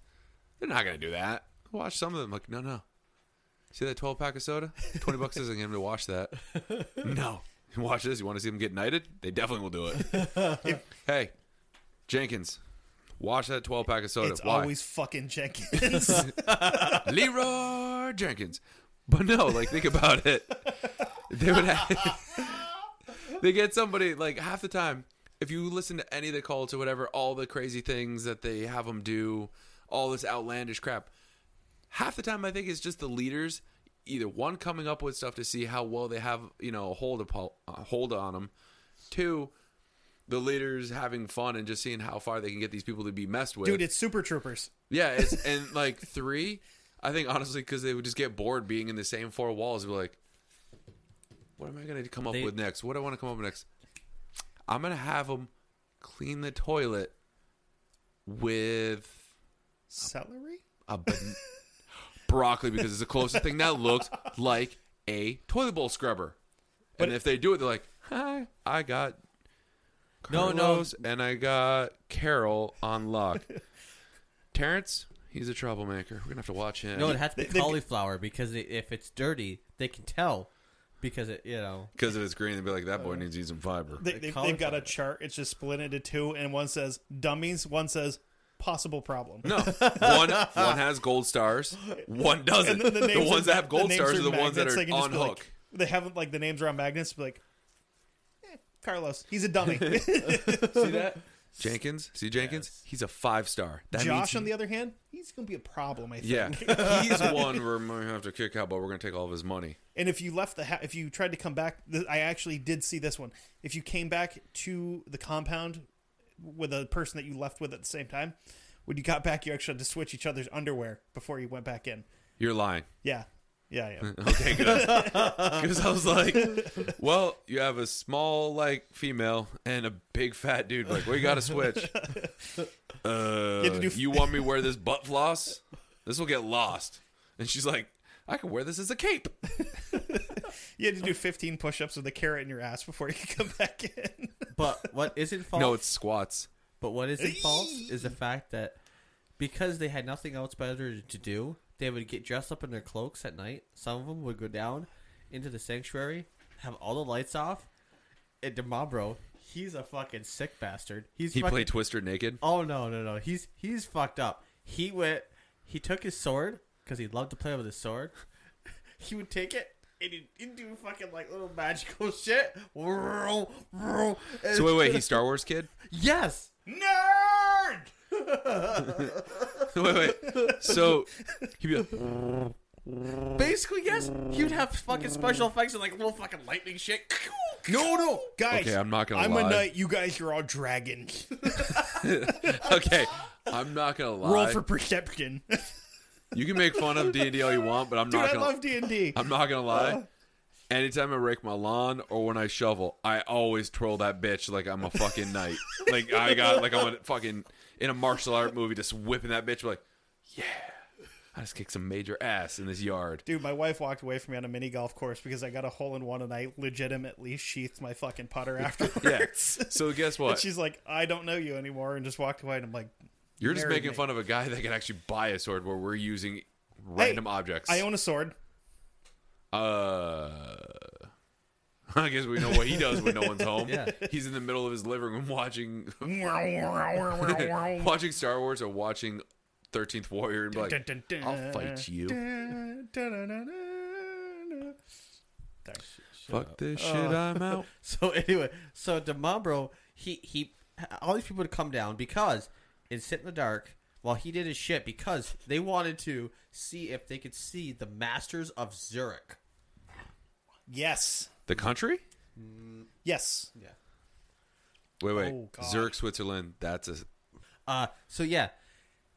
Speaker 3: They're not going to do that. Wash some of them. Like, no, no. See that 12 pack of soda? 20 bucks says I can get them to wash that.
Speaker 2: [laughs]
Speaker 3: No. Watch this. You want to see them get knighted? They definitely will do it.
Speaker 2: [laughs]
Speaker 3: Hey, Jenkins, wash that 12 pack of soda.
Speaker 2: It's
Speaker 3: Why?
Speaker 2: always fucking
Speaker 3: [laughs]
Speaker 2: Jenkins. [laughs]
Speaker 3: Leroy Jenkins. But no, like, think about it. They would have, [laughs] they get somebody, like, half the time, if you listen to any of the cults or whatever, all the crazy things that they have them do, all this outlandish crap, half the time I think it's just the leaders, either one, coming up with stuff to see how well they have, you know, a hold, upon, a hold on them, two, the leaders having fun and just seeing how far they can get these people to be messed with.
Speaker 2: Dude, it's Super Troopers.
Speaker 3: Yeah, it's, and like three, I think honestly, because they would just get bored being in the same four walls. and Be like, what am I going to come up
Speaker 1: They-
Speaker 3: with next? What do I want to come up with next? I'm going to have them clean the toilet with
Speaker 2: Celery?
Speaker 3: a b- broccoli because it's the closest thing that looks like a toilet bowl scrubber. And if they do it, they're like, "Hi, I got
Speaker 1: No, no.
Speaker 3: Carlos and I got Carol on lock." Terrence, he's a troublemaker. We're gonna have to watch him.
Speaker 1: No, it had to be
Speaker 2: They- they've-
Speaker 1: cauliflower because i- if it's dirty, they can tell because it you know
Speaker 3: because if it's green, they'd be like, "That boy needs to eat some fiber."
Speaker 2: Uh, They, they,
Speaker 1: cauliflower.
Speaker 2: they've got a chart. It's just split into two, and one says dummies, one says possible problem. [laughs]
Speaker 3: No, one one has gold stars, one doesn't.
Speaker 2: And then
Speaker 3: The, [laughs]
Speaker 2: names are-
Speaker 3: ones that have gold
Speaker 2: names
Speaker 3: stars are the ones that
Speaker 2: magnets.
Speaker 3: are
Speaker 2: They can just
Speaker 3: on
Speaker 2: be
Speaker 3: hook.
Speaker 2: like- they haven't, like, the names are on magnets. Be like, eh, Carlos, he's a
Speaker 3: [laughs]
Speaker 2: dummy. [laughs]
Speaker 3: See that? Jenkins, see Jenkins? He's a five star. That means
Speaker 2: Josh,
Speaker 3: he
Speaker 2: on the other hand, he's going to be a problem, I think. [laughs]
Speaker 3: Yeah, he's one we're going to have to kick out, but we're going to take all of his money.
Speaker 2: And if you left the ha- if you tried to come back, th- I actually did see this one. If you came back to the compound with a person that you left with at the same time, when you got back, you actually had to switch each other's underwear before you went back in.
Speaker 3: You're lying.
Speaker 2: Yeah, yeah, yeah.
Speaker 3: Okay, good.
Speaker 2: Uh.
Speaker 3: Because I was like, well, you have a small, like, female and a big fat dude. Like, we got
Speaker 2: [laughs]
Speaker 3: to switch. Uh,
Speaker 2: You had to do-
Speaker 3: you want me to wear this butt floss? This will get lost. And she's like, I can wear this as a cape.
Speaker 2: you had to do 15 push-ups with a carrot in your ass before you [laughs] could come back in.
Speaker 1: But what
Speaker 3: [laughs]
Speaker 1: isn't false?
Speaker 3: No, it's squats.
Speaker 1: but what isn't false is the fact that because they had nothing else better to do, They would get dressed up in their cloaks at night. Some of them would go down into the sanctuary, have all the lights off. And Demabro, he's a fucking sick bastard. He's
Speaker 3: He
Speaker 1: fucking,
Speaker 3: played Twister naked.
Speaker 1: Oh no, no, no. He's he's fucked up. He went. He took his sword because he loved to play with his sword. [laughs] he would take it and he'd, he'd do fucking like little magical [laughs] shit. So
Speaker 3: So wait, wait, he's Star Wars kid.
Speaker 1: [laughs]
Speaker 3: [laughs]
Speaker 1: yes.
Speaker 2: Nerd.
Speaker 3: wait, wait. So he'd be like,
Speaker 1: Basically, yes. He would have fucking special effects and like little fucking lightning shit.
Speaker 2: No, no, guys.
Speaker 3: Okay, I'm not gonna
Speaker 2: I'm
Speaker 3: lie.
Speaker 2: a knight. You guys, you're all
Speaker 3: [laughs]
Speaker 2: dragons.
Speaker 3: okay, I'm not gonna lie.
Speaker 2: Roll for perception. [laughs] Dude,
Speaker 3: You can make fun of D and D all you want, but I'm not
Speaker 2: I
Speaker 3: gonna.
Speaker 2: love D and D.
Speaker 3: I'm not gonna lie.
Speaker 2: Uh.
Speaker 3: Anytime I rake my lawn or when I shovel, I always twirl that bitch like I'm a fucking knight. like I got like I'm a fucking in a martial art movie, just whipping that bitch like, yeah, I just kicked some major ass in
Speaker 2: [laughs]
Speaker 3: this yard.
Speaker 2: Dude, my wife walked away from me on a mini golf course because I got a hole in one and I legitimately sheathed my fucking
Speaker 3: [laughs]
Speaker 2: putter afterwards.
Speaker 3: So guess
Speaker 2: and
Speaker 3: what?
Speaker 2: she's like, I don't know you anymore, and just walked away. And I'm like,
Speaker 3: You're just
Speaker 2: married
Speaker 3: making
Speaker 2: me.
Speaker 3: fun of a guy that can actually buy a sword where we're using random objects.
Speaker 2: I own a sword.
Speaker 3: Uh, [laughs] I guess we know what he does when no
Speaker 2: [laughs]
Speaker 3: one's home.
Speaker 1: Yeah.
Speaker 3: He's in the middle of his living room watching [laughs]
Speaker 2: I'll
Speaker 3: watching Star Wars or watching Thirteenth Warrior and be like, "I'll fight you." Fuck this
Speaker 2: Uh.
Speaker 3: shit,
Speaker 2: [laughs]
Speaker 3: I'm out.
Speaker 1: [laughs] So anyway, so Demabro, he he, all these people would come down because and sit in the dark while he did his shit because they wanted to see if they could see the masters of Zurich.
Speaker 2: Yes.
Speaker 3: The country?
Speaker 2: Yes.
Speaker 1: Yeah.
Speaker 3: Wait, wait.
Speaker 2: Oh, God.
Speaker 3: Zurich, Switzerland. That's a
Speaker 1: Uh, so yeah,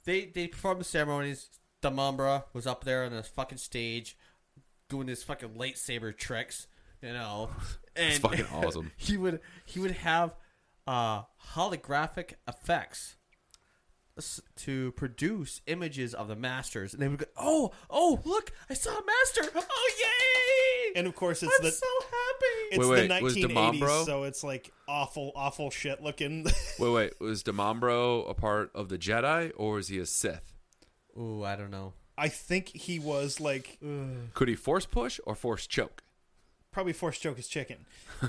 Speaker 1: they they performed the ceremonies. Damambra was up there on the fucking stage, doing his fucking lightsaber tricks, you
Speaker 3: [laughs]
Speaker 1: know. And
Speaker 3: fucking awesome.
Speaker 1: [laughs] He would he would have uh, holographic effects s- to produce images of the masters, and they would go, "Oh, oh, look! I saw a master! Oh, yay!"
Speaker 2: And of course, it's
Speaker 1: I'm
Speaker 2: the
Speaker 1: so happy.
Speaker 2: it's
Speaker 3: Wait,
Speaker 2: the
Speaker 3: wait, was
Speaker 2: 1980s,
Speaker 3: Demambro-
Speaker 2: so it's like awful, awful shit looking. [laughs]
Speaker 3: wait, wait. Was Demambro a part of the Jedi or was he a Sith?
Speaker 1: Ooh, I don't know.
Speaker 2: I think he was like
Speaker 3: Could he force push or force choke?
Speaker 2: probably forced choke his chicken.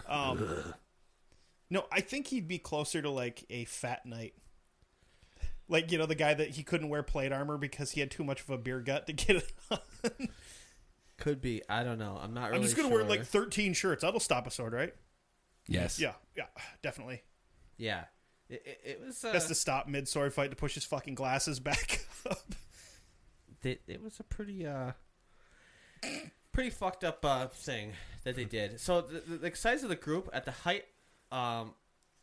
Speaker 2: Um, no, I think he'd be closer to like a fat knight. Like, you know, the guy that he couldn't wear plate armor because he had too much of a beer gut to get it on.
Speaker 1: Could be. I don't know. I'm not really.
Speaker 2: I'm just going to
Speaker 1: sure.
Speaker 2: wear like 13 shirts. That'll stop a sword, right?
Speaker 3: Yes.
Speaker 2: Yeah, yeah, definitely.
Speaker 1: yeah. It, it, it was. Uh,
Speaker 2: That's to stop mid sword fight to push his fucking glasses back [laughs] up.
Speaker 1: it, it was a pretty uh pretty fucked up uh thing that they did so the, the, the size of the group at the height um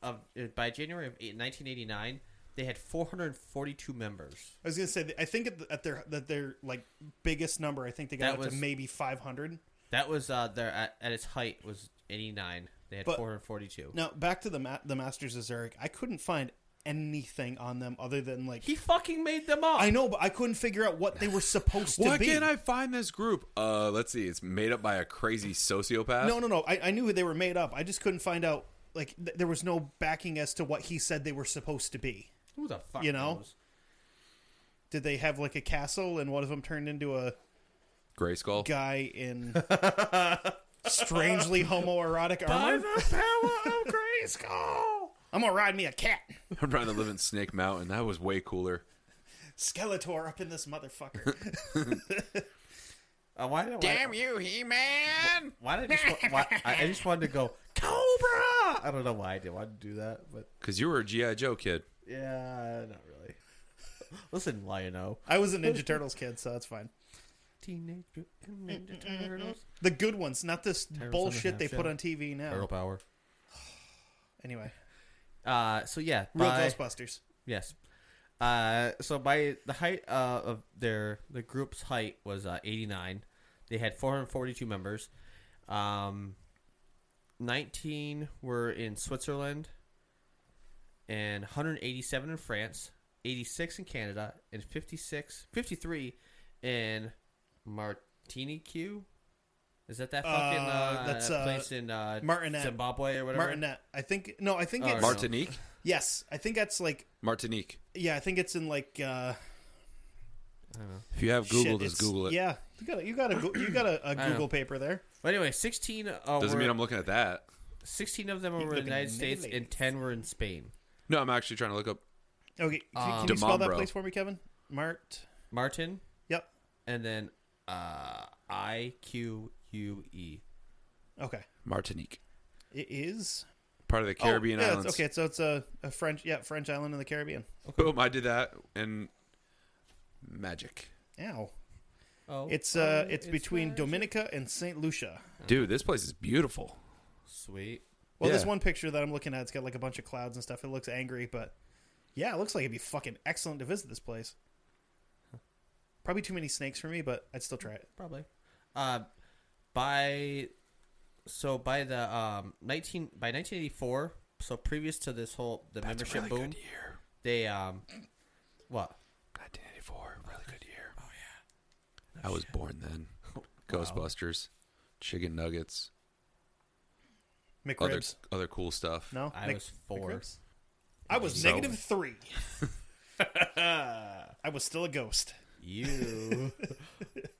Speaker 1: of by january of eight- 1989 they had 442 members
Speaker 2: I was going to say, that- I think at, the, at their that their like biggest number, I think they got
Speaker 1: That
Speaker 2: up
Speaker 1: was-
Speaker 2: to maybe 500.
Speaker 1: that was uh their at, at its height was 89 they had
Speaker 2: But-
Speaker 1: 442
Speaker 2: Now, back to the ma- the Masters of Zurich. I couldn't find anything on them other than like
Speaker 1: he fucking made them up
Speaker 2: I know, but I couldn't figure out what they were supposed to
Speaker 3: Why
Speaker 2: be.
Speaker 3: can't I find this group? Uh, let's see. It's made up by a crazy sociopath.
Speaker 2: No, no, no. I, I knew they were made up. I just couldn't find out. Like, th- there was no backing as to what he said they were supposed to be.
Speaker 1: who the fuck
Speaker 2: you know?
Speaker 1: knows?
Speaker 2: Did they have like a castle, and one of them turned into a
Speaker 3: Gray Skull.
Speaker 2: guy
Speaker 3: [laughs]
Speaker 2: in strangely homoerotic
Speaker 1: by
Speaker 2: armor?
Speaker 1: the power of
Speaker 3: [laughs]
Speaker 1: Grayskull!
Speaker 2: I'm gonna ride me a cat,
Speaker 3: I'm trying to live in Snake Mountain. That was way cooler.
Speaker 2: Skeletor up in this motherfucker.
Speaker 1: Uh, why, did- why,
Speaker 3: you, He Man!
Speaker 1: why did I just, wa- why, I, I just wanted to
Speaker 2: [laughs]
Speaker 1: go Cobra? I don't know why I did want to do that, but
Speaker 3: Because you were a G.I. Joe kid.
Speaker 1: Yeah, not really. [laughs] Listen, Lion-O.
Speaker 2: I was a Ninja Turtles kid, so that's fine.
Speaker 1: Teenage Mutant Ninja Turtles.
Speaker 2: The good ones, not this
Speaker 1: on the
Speaker 2: bullshit they
Speaker 1: Half
Speaker 2: put
Speaker 1: Shell.
Speaker 2: on TV now.
Speaker 1: Turtle power.
Speaker 2: Anyway,
Speaker 1: Uh, so yeah,
Speaker 2: real
Speaker 1: by-
Speaker 2: Ghostbusters.
Speaker 1: yes. Uh, so by the height uh, of their the group's height was uh, 89. They had 442 members. Um, 19 were in Switzerland, and 187 in France, 86 in Canada, and 56, 53 in Martinique. Is that that fucking uh,
Speaker 2: Uh, that's, uh,
Speaker 1: place in uh,
Speaker 2: Martinet.
Speaker 1: Zimbabwe or whatever?
Speaker 2: Martinet. I think no. I think
Speaker 1: Oh,
Speaker 2: it's
Speaker 1: no.
Speaker 3: Martinique?
Speaker 2: yes. I think that's like
Speaker 3: Martinique.
Speaker 2: Yeah, I think it's in like uh
Speaker 3: If you have Google,
Speaker 2: Shit,
Speaker 3: just
Speaker 2: it's-
Speaker 3: Google it.
Speaker 2: Yeah, you got a, you got a Goo- you got a,
Speaker 1: [clears throat]
Speaker 2: a
Speaker 1: know.
Speaker 2: Google paper there.
Speaker 1: But anyway, 16, uh,
Speaker 3: Doesn't mean
Speaker 1: were-
Speaker 3: I'm looking at that.
Speaker 1: 16 of them were
Speaker 2: You're
Speaker 1: in the
Speaker 2: looking
Speaker 1: United States
Speaker 2: amazing.
Speaker 1: and 10 were in Spain.
Speaker 3: No, I'm actually trying to look up.
Speaker 2: Okay, can, can you spell that
Speaker 3: Demambro.
Speaker 2: place for me, Kevin? Mart.
Speaker 1: Martin
Speaker 2: Yep.
Speaker 1: and then uh, I Q U E.
Speaker 2: Okay.
Speaker 3: Martinique,
Speaker 2: It is
Speaker 3: part of the
Speaker 2: Oh,
Speaker 3: Caribbean
Speaker 2: yeah, it's-
Speaker 3: islands.
Speaker 2: okay, so it's a, a French yeah French island in the Caribbean.
Speaker 3: Boom! I did that and magic.
Speaker 2: Ow.
Speaker 1: Oh,
Speaker 2: It's uh
Speaker 1: oh,
Speaker 2: it's between
Speaker 1: magic.
Speaker 2: Dominica and Saint Lucia.
Speaker 3: Dude, this place is beautiful.
Speaker 1: Sweet.
Speaker 2: Well,
Speaker 3: Yeah.
Speaker 2: this one picture that I'm looking at, it's got like a bunch of clouds and stuff. It looks angry, but yeah, it looks like it'd be fucking excellent to visit this place. Probably too many snakes for me, but I'd still try it.
Speaker 1: Probably. Uh, by so by the um, 19 by 1984, so previous to this whole the membership
Speaker 3: really
Speaker 1: boom,
Speaker 3: good year.
Speaker 1: they um what?
Speaker 3: 1984, really good year. Oh yeah, I was born
Speaker 2: [laughs]
Speaker 3: then. Ghostbusters, chicken nuggets, other
Speaker 2: McRibs.
Speaker 3: other cool stuff.
Speaker 2: no,
Speaker 1: I
Speaker 2: Mc-
Speaker 1: was four.
Speaker 2: McRibs? I was
Speaker 3: So-
Speaker 2: negative
Speaker 1: [laughs]
Speaker 2: three. I was still a ghost. [laughs]
Speaker 1: You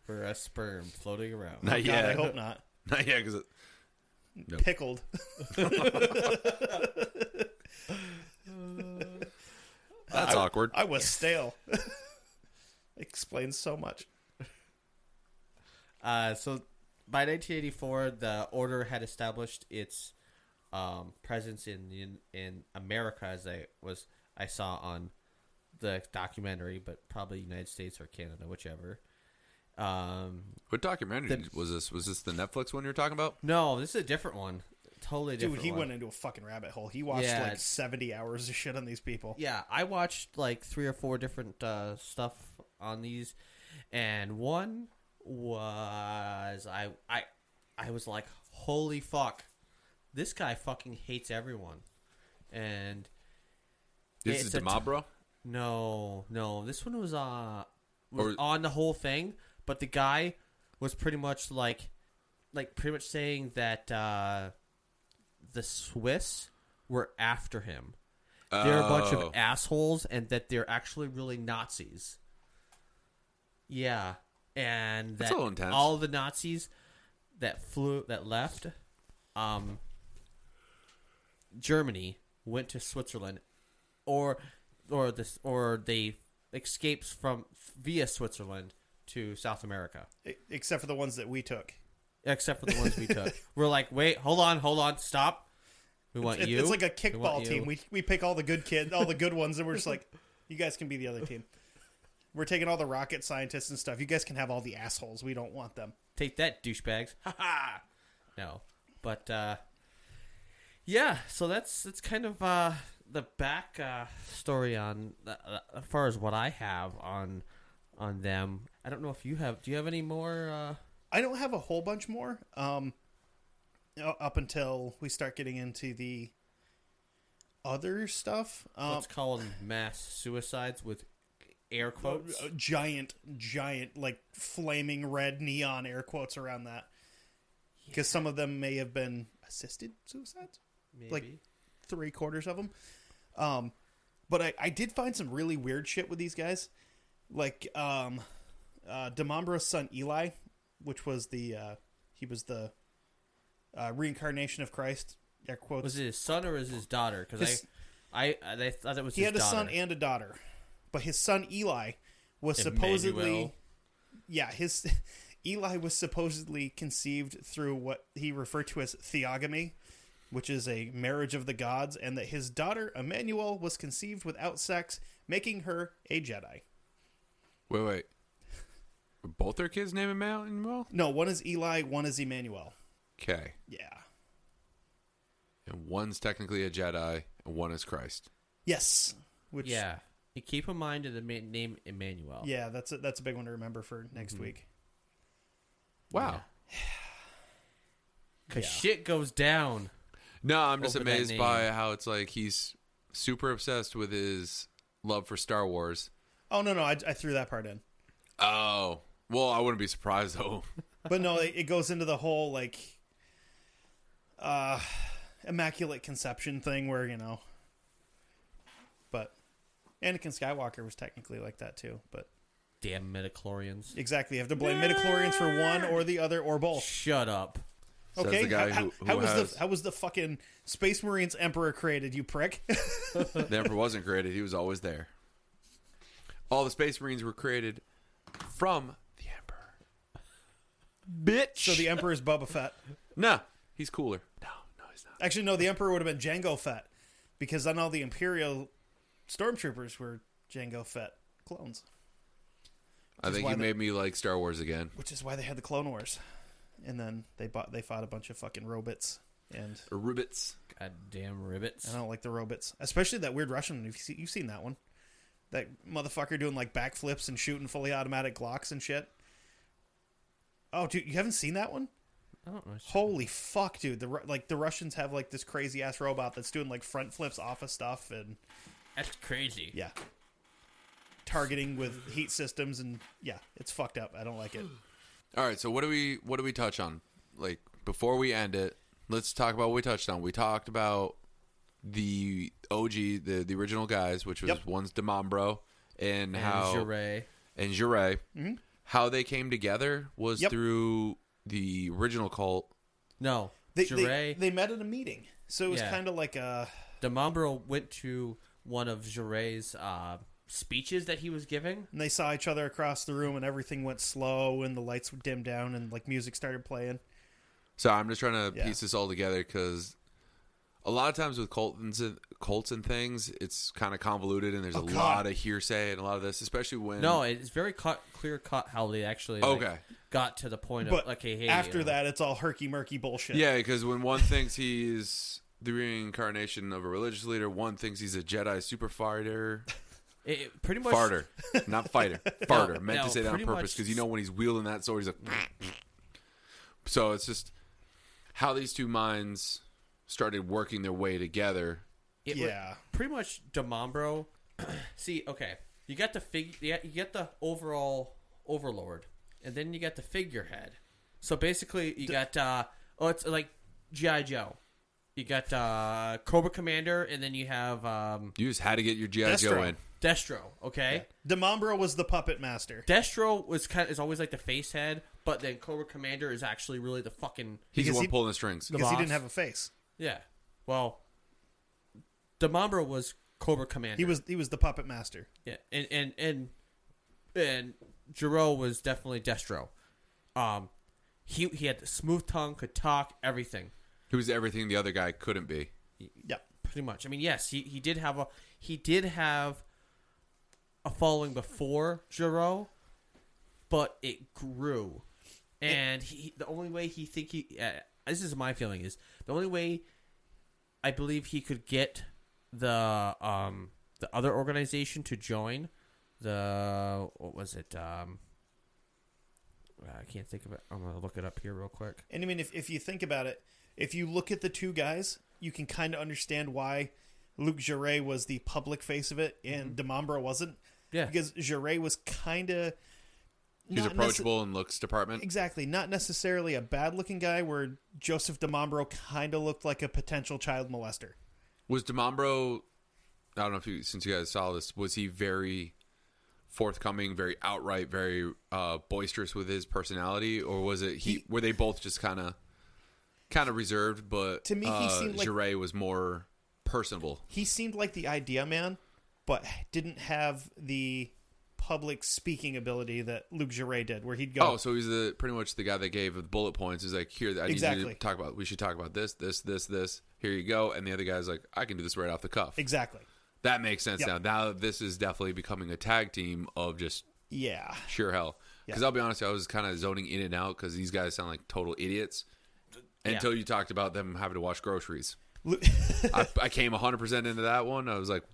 Speaker 1: were a sperm floating around.
Speaker 3: [laughs] not
Speaker 2: Oh, God,
Speaker 3: yet.
Speaker 2: I hope not.
Speaker 3: [laughs] Not yet, because Nope.
Speaker 2: Pickled.
Speaker 3: that's awkward.
Speaker 2: I was stale. [laughs] Explains so much.
Speaker 1: Uh, so by 1984, the order had established its um, presence in, in in America, as I was I saw on the documentary, but probably United States or Canada, whichever. Um,
Speaker 3: what documentary
Speaker 1: The-
Speaker 3: was this? Was this the Netflix one you're talking about?
Speaker 1: no, this is a different one, totally
Speaker 2: Dude,
Speaker 1: different.
Speaker 2: he
Speaker 1: one.
Speaker 2: went into a fucking rabbit hole. He watched
Speaker 1: Yeah.
Speaker 2: like 70 hours of shit on these people.
Speaker 1: yeah i watched like three or four different uh, stuff on these and one was i i i was like holy fuck this guy fucking hates everyone and
Speaker 3: This
Speaker 1: It's
Speaker 3: is
Speaker 1: a t-
Speaker 3: Demabra.
Speaker 1: no no this one was uh was
Speaker 3: Or-
Speaker 1: on the whole thing but the guy was pretty much like like pretty much saying that uh the swiss were after him they're a bunch
Speaker 3: Oh.
Speaker 1: of assholes and that they're actually really Nazis. Yeah, and that
Speaker 3: That's a little intense.
Speaker 1: all the Nazis that flew that left um Germany went to Switzerland or or this or they escaped from via Switzerland to South America.
Speaker 2: E- Except for the ones that we took.
Speaker 1: Except for the ones we
Speaker 2: [laughs]
Speaker 1: took. We're like, "Wait, hold on, hold on, stop. We want
Speaker 2: It-
Speaker 1: you."
Speaker 2: It's like a
Speaker 1: We want
Speaker 2: kickball
Speaker 1: you.
Speaker 2: team. We, we pick all the good kids, all the good ones, and we're just like, you guys can be the other team. We're taking all the rocket scientists and stuff. You guys can have all the assholes. We don't want them.
Speaker 1: Take that, douchebags. [laughs] Ha ha. No. But uh yeah, so that's that's kind of uh the back uh story on uh, as far as what I have on on them. I don't know if you have do you have any more uh
Speaker 2: I don't have a whole bunch more. Um, u- up until we start getting into the other stuff. Um,
Speaker 1: let's call them mass suicides with air quotes.
Speaker 2: a giant, giant, like flaming red neon air quotes around that. Because some of them may have been assisted suicides,
Speaker 1: Maybe.
Speaker 2: like- three quarters of them. Um, but I, I did find some really weird shit with these guys. Like um, uh, Demambro's son Eli, which was the, uh, he was the uh, reincarnation of Christ. Air quotes.
Speaker 1: was it his son or was it his daughter? Because
Speaker 2: His-
Speaker 1: I, I I thought it was
Speaker 2: he
Speaker 1: his
Speaker 2: had a
Speaker 1: daughter.
Speaker 2: son and a daughter, but his son Eli was supposedly
Speaker 1: Emmanuel.
Speaker 2: yeah his [laughs] Eli was supposedly conceived through what he referred to as theogamy, which is a marriage of the gods, and that his daughter Emmanuel was conceived without sex, making her a Jedi.
Speaker 3: Wait, wait. Were both their kids named Emmanuel?
Speaker 2: No, one is Eli, one is Emmanuel.
Speaker 3: Okay.
Speaker 2: Yeah.
Speaker 3: And one's technically a Jedi, and one is Christ.
Speaker 2: Yes. Which
Speaker 1: yeah. You keep in mind of the ma- name Emmanuel.
Speaker 2: yeah, that's a, that's a big one to remember for
Speaker 1: Mm-hmm.
Speaker 2: next week.
Speaker 3: Wow.
Speaker 1: Cause shit goes down.
Speaker 3: No, I'm just
Speaker 1: Over that
Speaker 3: amazed
Speaker 1: name.
Speaker 3: by how it's like he's super obsessed with his love for Star Wars.
Speaker 2: Oh no, no, I, I threw that part in.
Speaker 3: Oh. Well, I wouldn't be surprised though. [laughs]
Speaker 2: but no, it, it goes into the whole like uh immaculate conception thing where, you know. But Anakin Skywalker was technically like that too, but
Speaker 1: damn midichlorians.
Speaker 2: Exactly. You have to blame midichlorians for one or the other or both.
Speaker 1: Shut up.
Speaker 3: Says
Speaker 2: Okay.
Speaker 3: the guy
Speaker 2: how, how-
Speaker 3: who- who
Speaker 2: how was
Speaker 3: has-
Speaker 2: the how was the fucking Space Marines Emperor created, you prick? [laughs]
Speaker 3: Never wasn't created. He was always there. All the Space Marines were created from the Emperor. Bitch.
Speaker 2: so the Emperor's Boba Fett.
Speaker 3: nah, he's cooler. No, no, he's not.
Speaker 2: Actually, no, the Emperor would have been Django Fett, because then all the Imperial stormtroopers were Django Fett clones,
Speaker 3: I think
Speaker 2: why
Speaker 3: you
Speaker 2: the-
Speaker 3: made me like Star Wars again.
Speaker 2: which is why they had the Clone Wars. And then they bought they fought a bunch of fucking robots, and
Speaker 3: Rubits.
Speaker 1: Goddamn ribbits.
Speaker 2: I don't like the robots, especially that weird Russian. You've seen, you've seen that one, that motherfucker doing like backflips and shooting fully automatic Glocks and shit. Oh, dude, you haven't seen that one?
Speaker 1: I don't know.
Speaker 2: Holy fuck, dude! The Ru- like the Russians have like this crazy ass robot that's doing like front flips off of stuff and
Speaker 1: That's crazy.
Speaker 2: yeah, targeting with heat systems and yeah, it's fucked up. I don't like it.
Speaker 3: All right, so what do we what do we touch on? Like before we end it, let's talk about what we touched on. We talked about the OG, the the original guys, which was
Speaker 2: Yep.
Speaker 3: one's Demambro
Speaker 1: And
Speaker 3: and, how
Speaker 1: Jarret.
Speaker 3: and Jure, how they came together was
Speaker 2: Mm-hmm. Yep.
Speaker 3: through the original cult.
Speaker 1: No.
Speaker 2: They, they,
Speaker 1: Jarret.
Speaker 2: they met at a meeting, so it was
Speaker 1: Yeah.
Speaker 2: kind of like uh, a
Speaker 1: Demambro went to one of Jarret's uh, speeches that he was giving.
Speaker 2: and they saw each other across the room, and everything went slow, and the lights would dim down, and like music started playing.
Speaker 3: So I'm just trying to
Speaker 2: Yeah.
Speaker 3: piece this all together because a lot of times with cults and, cults and things, it's kind of convoluted and there's a
Speaker 2: Oh, God.
Speaker 3: lot of hearsay and a lot of this, especially when
Speaker 1: No, it's very cut, clear cut how they actually like,
Speaker 3: Okay.
Speaker 1: got to the point of
Speaker 2: But
Speaker 1: okay, hey, uh,
Speaker 2: after
Speaker 1: you know,
Speaker 2: that, it's all herky merky bullshit.
Speaker 3: Yeah, because when one thinks he's the reincarnation of a religious leader, one thinks he's a Jedi super fighter,
Speaker 1: it, it pretty much
Speaker 3: farter, not fighter,
Speaker 1: [laughs]
Speaker 3: farter.
Speaker 1: No,
Speaker 3: meant
Speaker 1: no,
Speaker 3: to say that on
Speaker 1: pretty
Speaker 3: purpose
Speaker 1: much-
Speaker 3: because you know when he's wielding that sword, he's like. [sniffs] so it's just how these two minds started working their way together.
Speaker 1: it wa-
Speaker 2: yeah.
Speaker 1: pretty much Demambro. [clears throat] see, okay, you got the fig, yeah, you got the overall overlord, and then you got the figurehead. So basically, you got uh, oh, it's like GI Joe. You got uh, Cobra Commander, and then you have um,
Speaker 3: You just had to get your GI
Speaker 2: That's
Speaker 3: Joe
Speaker 2: true.
Speaker 3: in.
Speaker 1: Destro. Okay,
Speaker 2: Demambro was the puppet master.
Speaker 1: Destro was kind is always like the face head, but then Cobra Commander is actually really the fucking
Speaker 3: He's the
Speaker 2: Because
Speaker 3: one
Speaker 2: he-
Speaker 3: pulling the strings.
Speaker 2: because he
Speaker 1: boss.
Speaker 2: didn't have a face.
Speaker 1: yeah. Well, Demambro was Cobra Commander.
Speaker 2: He was he was the puppet master.
Speaker 1: Yeah, and and and and Giro was definitely Destro. Um, he he had the smooth tongue, could talk, everything,
Speaker 3: He was everything the other guy couldn't be.
Speaker 2: Yep.
Speaker 1: pretty much. I mean, yes, he, he did have a he did have a following before Giro, but it grew, and he the only way he think he uh, this is my feeling is the only way I believe he could get the um the other organization to join the what was it um I can't think of it. I'm gonna look it up here real quick.
Speaker 2: And I mean, if, if you think about it, if you look at the two guys, you can kind of understand why Luke Jarret was the public face of it and Demambro wasn't.
Speaker 1: Mm-hmm. Yeah.
Speaker 2: Because Jarret was kind of.
Speaker 3: He's approachable in looks department.
Speaker 2: exactly. Not necessarily a bad looking guy, where Joseph Demambro kind of looked like a potential child molester.
Speaker 3: Was Demambro? I don't know if you, since you guys saw this, was he very forthcoming, very outright, very uh, boisterous with his personality, or was it he?
Speaker 2: He-
Speaker 3: were they both just kind of, kind of reserved? But
Speaker 2: To me, he
Speaker 3: uh,
Speaker 2: seemed like-
Speaker 3: Jiraiya was more personable.
Speaker 2: He seemed like the idea man, but didn't have the public speaking ability that Luke Jarret did, where he'd go.
Speaker 3: Oh, so he's the pretty much the guy that gave the bullet points. He's like, here, I need you
Speaker 2: Exactly.
Speaker 3: to talk about. We should talk about this, this, this, this. Here you go. And the other guy's like, I can do this right off the cuff.
Speaker 2: Exactly.
Speaker 3: That makes sense
Speaker 2: Yep.
Speaker 3: now. Now this is definitely becoming a tag team of just
Speaker 2: Yeah.
Speaker 3: Sure hell. Because I'll be honest, I was kind of zoning in and out because these guys sound like total idiots until you talked about them having to
Speaker 2: [laughs]
Speaker 3: wash groceries.
Speaker 2: Lu-
Speaker 3: I, I came 100% into that one. I was like,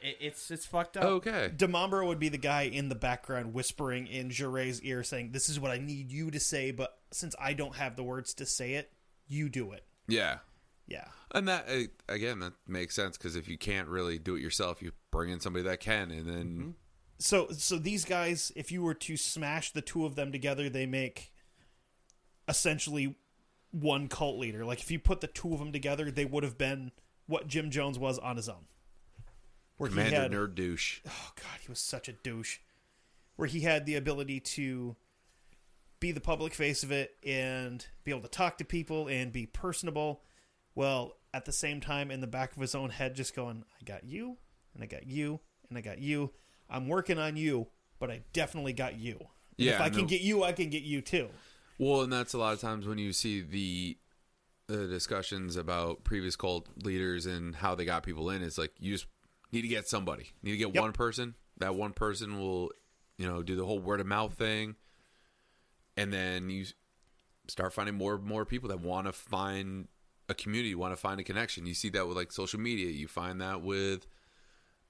Speaker 1: It, it's it's fucked up.
Speaker 3: okay.
Speaker 2: Demambro would be the guy in the background whispering in Jure's ear, saying, "This is what I need you to say, but since I don't have the words to say it, you do it."
Speaker 3: Yeah.
Speaker 2: Yeah,
Speaker 3: And that, uh, again, that makes sense because if you can't really do it yourself, you bring in somebody that can. And then,
Speaker 2: Mm-hmm. so so these guys if you were to smash the two of them together they make essentially one cult leader like if you put the two of them together they would have been what jim jones was on his own where
Speaker 3: Commander
Speaker 2: he had
Speaker 3: Nerd Douche.
Speaker 2: oh god he was such a douche where he had the ability to be the public face of it and be able to talk to people and be personable. Well, at the same time, in the back of his own head, just going, I got you, and I got you, and I got you. I'm working on you, but I definitely got you. And
Speaker 3: Yeah,
Speaker 2: if I
Speaker 3: no.
Speaker 2: can get you, I can get you too.
Speaker 3: Well, and that's a lot of times when you see the the discussions about previous cult leaders and how they got people in. It's like you just need to get somebody, need to get
Speaker 2: Yep.
Speaker 3: one person. That one person will, you know, do the whole word of mouth thing, and then you s- start finding more and more people that want to find a community, want to find a connection. You see that with like social media. You find that with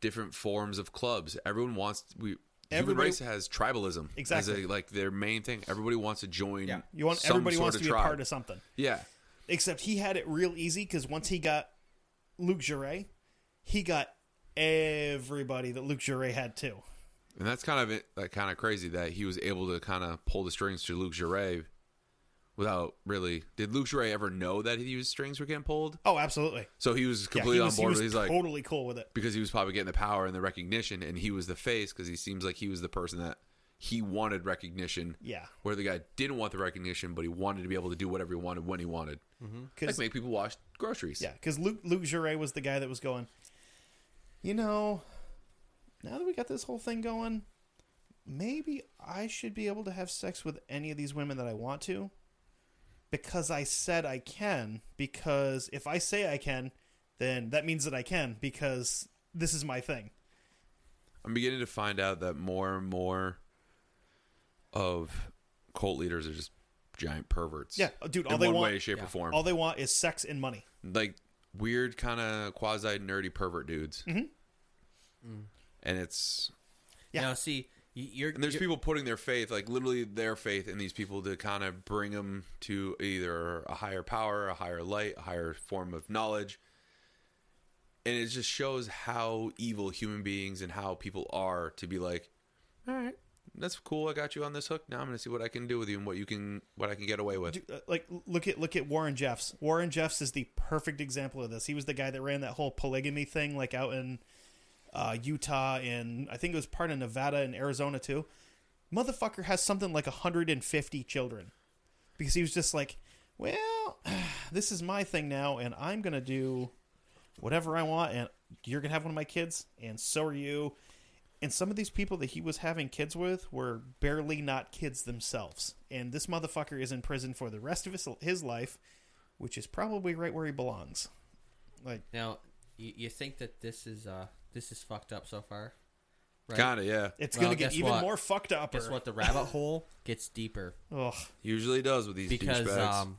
Speaker 3: different forms of clubs. Everyone wants we.
Speaker 2: Everybody-
Speaker 3: human race has tribalism as
Speaker 2: Exactly.
Speaker 3: a, like their main thing. Everybody wants to join.
Speaker 1: Yeah.
Speaker 2: You want
Speaker 3: some
Speaker 2: everybody
Speaker 3: sort
Speaker 2: wants
Speaker 3: of
Speaker 2: to be
Speaker 3: tribe.
Speaker 2: a part of something.
Speaker 3: Yeah,
Speaker 2: Except he had it real easy because once he got Luke Jure, he got everybody that Luke Jure had too.
Speaker 3: and that's kind of it, like kind of crazy that he was able to kind of pull the strings to Luke Jure without really. Did Luke Jure ever know that his strings were getting pulled?
Speaker 2: Oh, absolutely.
Speaker 3: So he was
Speaker 2: Yeah,
Speaker 3: completely
Speaker 2: he was,
Speaker 3: on
Speaker 2: he
Speaker 3: board.
Speaker 2: was
Speaker 3: with it. He's like
Speaker 2: totally cool with it.
Speaker 3: because he was probably getting the power and the recognition, and he was the face because he seems like he was the person that he wanted recognition.
Speaker 2: Yeah,
Speaker 3: Where the guy didn't want the recognition, but he wanted to be able to do whatever he wanted when he wanted, like
Speaker 2: because
Speaker 3: make people wash groceries.
Speaker 2: yeah, because Luke Luke Jure was the guy that was going. You know, now that we got this whole thing going, maybe I should be able to have sex with any of these women that I want to, because I said I can. Because if I say I can, then that means that I can. Because this is my thing.
Speaker 3: I'm beginning to find out that more and more of cult leaders are just giant perverts.
Speaker 2: Yeah, dude, all
Speaker 3: in
Speaker 2: they
Speaker 3: one
Speaker 2: want-
Speaker 3: way, shape,
Speaker 1: yeah.
Speaker 3: or form,
Speaker 2: All they want is sex and money.
Speaker 3: like weird kind of quasi nerdy pervert dudes. Mm-hmm.
Speaker 2: Mm-hmm.
Speaker 3: And it's
Speaker 2: Yeah.
Speaker 1: Now, see, y- you're
Speaker 3: and there's
Speaker 1: you're-
Speaker 3: people putting their faith, like literally their faith, in these people to kind of bring them to either a higher power, a higher light, a higher form of knowledge. And it just shows how evil human beings and how people are to be like, all right, that's cool. I got you on this hook. Now I'm going to see what I can do with you and what you can, what I can get away with.
Speaker 2: Dude, uh, like l- look at look at Warren Jeffs. Warren Jeffs is the perfect example of this. He was the guy that ran that whole polygamy thing, like out in uh, Utah and I think it was part of Nevada and Arizona too. Motherfucker has something like 150 children because he was just like, well, [sighs] this is my thing now, and I'm gonna do whatever I want, and you're gonna have one of my kids, and so are you. And some of these people that he was having kids with were barely not kids themselves. And this motherfucker is in prison for the rest of his, his life, which is probably right where he belongs. Like,
Speaker 1: now. You, you think that this is uh this is fucked up so far? Right.
Speaker 3: Kind of, yeah.
Speaker 2: it's
Speaker 1: Well,
Speaker 2: going to get
Speaker 1: guess
Speaker 2: even
Speaker 1: what?
Speaker 2: more fucked up.
Speaker 1: Guess what? The rabbit hole gets deeper
Speaker 2: Ugh.
Speaker 3: Usually does with [laughs] these
Speaker 1: because
Speaker 3: douchebags.
Speaker 1: um,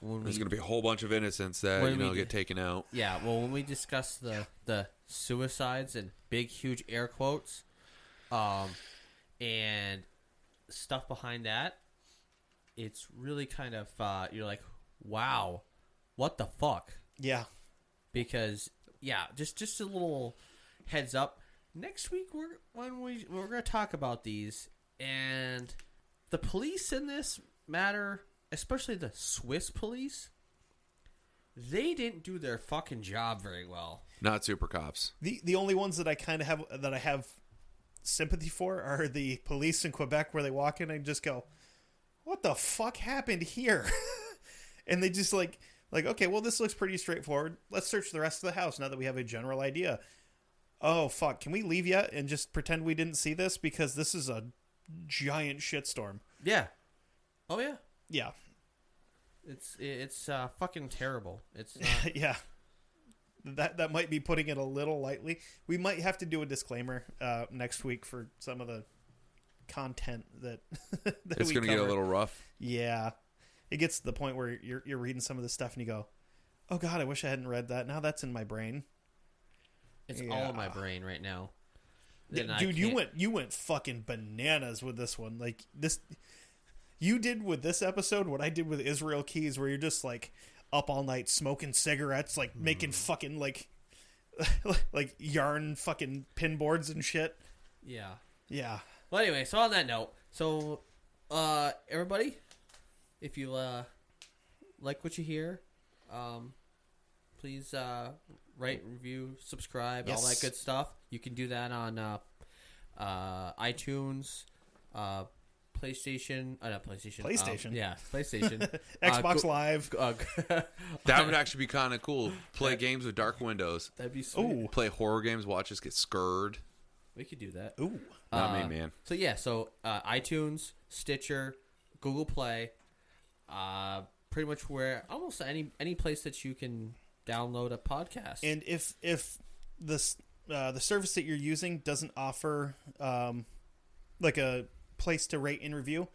Speaker 1: when we
Speaker 3: There's going to be a whole bunch of innocents that,
Speaker 1: What
Speaker 3: you
Speaker 1: do we
Speaker 3: know,
Speaker 1: do?
Speaker 3: get taken out.
Speaker 1: Yeah, well, when we discuss the the suicides and big, huge air quotes, um, and stuff behind that, it's really kind of uh, you're like, wow, what the fuck?
Speaker 2: Yeah.
Speaker 1: Because yeah, just just a little heads up. Next week we're when we we're gonna talk about these and the police in this matter, especially the Swiss police. They didn't do their fucking job very well.
Speaker 3: Not super cops.
Speaker 2: The, the only ones that I kind of have, that I have sympathy for are the police in Quebec where they walk in and just go, what the fuck happened here? [laughs] and they just like, like, okay, well, this looks pretty straightforward. Let's search the rest of the house now that we have a general idea. Oh fuck! Can we leave yet and just pretend we didn't see this because this is a giant shitstorm?
Speaker 1: Yeah. Oh yeah.
Speaker 2: Yeah,
Speaker 1: It's it's uh, fucking terrible. It's not,
Speaker 2: [laughs] yeah. That that might be putting it a little lightly. We might have to do a disclaimer uh, next week for some of the content that, [laughs] that
Speaker 3: It's
Speaker 2: we
Speaker 3: going to get a
Speaker 2: cover.
Speaker 3: little rough.
Speaker 2: Yeah. It gets to the point where you're you're reading some of this stuff and you go, "Oh god, I wish I hadn't read that." Now that's in my brain.
Speaker 1: it's all in my
Speaker 2: Yeah.
Speaker 1: brain right now.
Speaker 2: Dude,
Speaker 1: And I
Speaker 2: you
Speaker 1: can't-
Speaker 2: went you went fucking bananas with this one. Like this you did with this episode what I did with Israel Keys where you're just like up all night smoking cigarettes, like making
Speaker 1: Mm.
Speaker 2: fucking like [laughs] like yarn fucking pin boards and shit.
Speaker 1: Yeah.
Speaker 2: Yeah.
Speaker 1: Well, anyway, so on that note, so uh, everybody, if you uh, like what you hear, um, please uh, rate, review, subscribe, all that
Speaker 2: Yes.
Speaker 1: good stuff. You can do that on uh, uh, iTunes, uh, PlayStation. Uh, not PlayStation. um,
Speaker 2: PlayStation?
Speaker 1: yeah, PlayStation.
Speaker 2: [laughs]
Speaker 1: Uh,
Speaker 2: Xbox
Speaker 1: Live.
Speaker 2: Live.
Speaker 3: That would actually be kind of cool. Play games with dark windows.
Speaker 1: [laughs] that'd be sweet.
Speaker 2: Ooh,
Speaker 3: Play horror games. Watch us get scurred.
Speaker 1: We could do that.
Speaker 2: ooh.
Speaker 3: Not
Speaker 1: Uh,
Speaker 3: me, man.
Speaker 1: So yeah, so uh, iTunes, Stitcher, Google Play, uh, pretty much where almost any any place that you can download a podcast.
Speaker 2: And if if this uh, the service that you're using doesn't offer um, like a place to rate and review,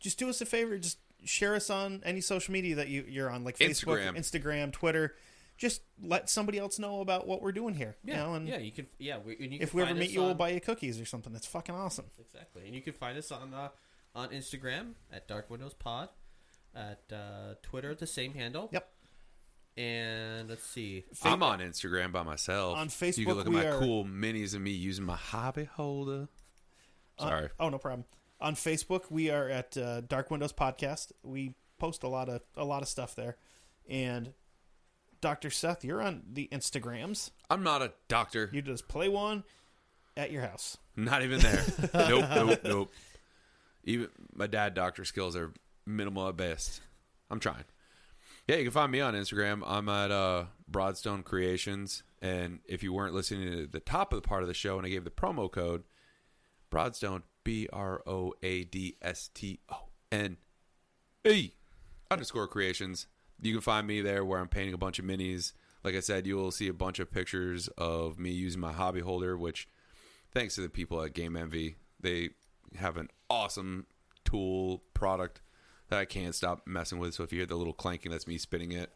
Speaker 2: just do us a favor. Just share us on any social media that you, you're on, like Facebook,
Speaker 3: Instagram.
Speaker 2: Instagram, Twitter. Just let somebody else know about what we're doing here.
Speaker 1: yeah,
Speaker 2: you know, and
Speaker 1: yeah, you can. Yeah, we, and you
Speaker 2: if
Speaker 1: can
Speaker 2: we ever
Speaker 1: find
Speaker 2: meet
Speaker 1: us
Speaker 2: you, we'll
Speaker 1: on-
Speaker 2: buy you cookies or something. That's fucking awesome.
Speaker 1: Exactly, and you can find us on uh, on Instagram at Dark Windows Pod, at uh, Twitter the same handle.
Speaker 2: Yep.
Speaker 1: And let's see.
Speaker 2: Fa-
Speaker 3: I'm on Instagram by myself.
Speaker 2: On
Speaker 3: you can
Speaker 2: Facebook,
Speaker 3: look at
Speaker 2: we
Speaker 3: my
Speaker 2: are-
Speaker 3: cool minis of me using my hobby holder.
Speaker 2: Uh,
Speaker 3: Sorry,
Speaker 2: oh, no problem. On Facebook, we are at uh, Dark Windows Podcast. We post a lot of a lot of stuff there. And Doctor Seth, you're on the Instagrams.
Speaker 3: I'm not a doctor.
Speaker 2: You just play one at your house.
Speaker 3: Not even there. [laughs] nope, nope, nope. Even my dad doctor skills are minimal at best. I'm trying. Yeah, you can find me on Instagram. I'm at uh, Broadstone Creations, and if you weren't listening to the top of the part of the show, and I gave the promo code Broadstone B R O A D S T O N E underscore Creations. You can find me there where I'm painting a bunch of minis. Like I said, you will see a bunch of pictures of me using my hobby holder, which thanks to the people at Game Envy. They have an awesome tool product that I can't stop messing with. So if you hear the little clanking, that's me spinning it.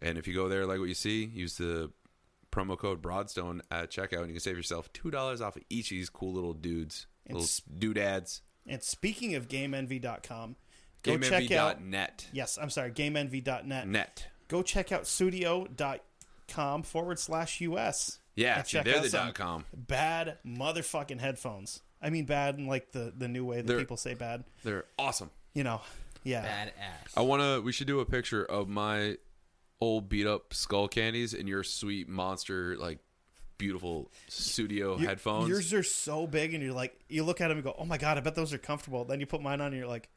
Speaker 3: And if you go there, like what you see, use the promo code Broadstone at checkout, and you can save yourself two dollars off of each of these cool little dudes, little
Speaker 2: It's-
Speaker 3: doodads.
Speaker 2: And speaking of GameEnvy.com, go check out.
Speaker 3: GameEnvy.net.
Speaker 2: Yes, I'm sorry, GameEnvy.net.
Speaker 3: Net.
Speaker 2: Go check out Studio.com forward slash US.
Speaker 3: Yeah,
Speaker 2: And
Speaker 3: see, they're
Speaker 2: out
Speaker 3: the
Speaker 2: some
Speaker 3: dot com.
Speaker 2: Bad motherfucking headphones. I mean, bad in like the, the new way that
Speaker 3: They're-
Speaker 2: people say bad.
Speaker 3: They're awesome.
Speaker 2: You know, yeah.
Speaker 1: Badass.
Speaker 3: I wanna. We should do a picture of my old beat up skull candies and your sweet monster like beautiful studio
Speaker 2: Your-
Speaker 3: headphones.
Speaker 2: Yours are so big, and you're like, you look at them and go, "Oh my god, I bet those are comfortable." Then you put mine on, and you're like,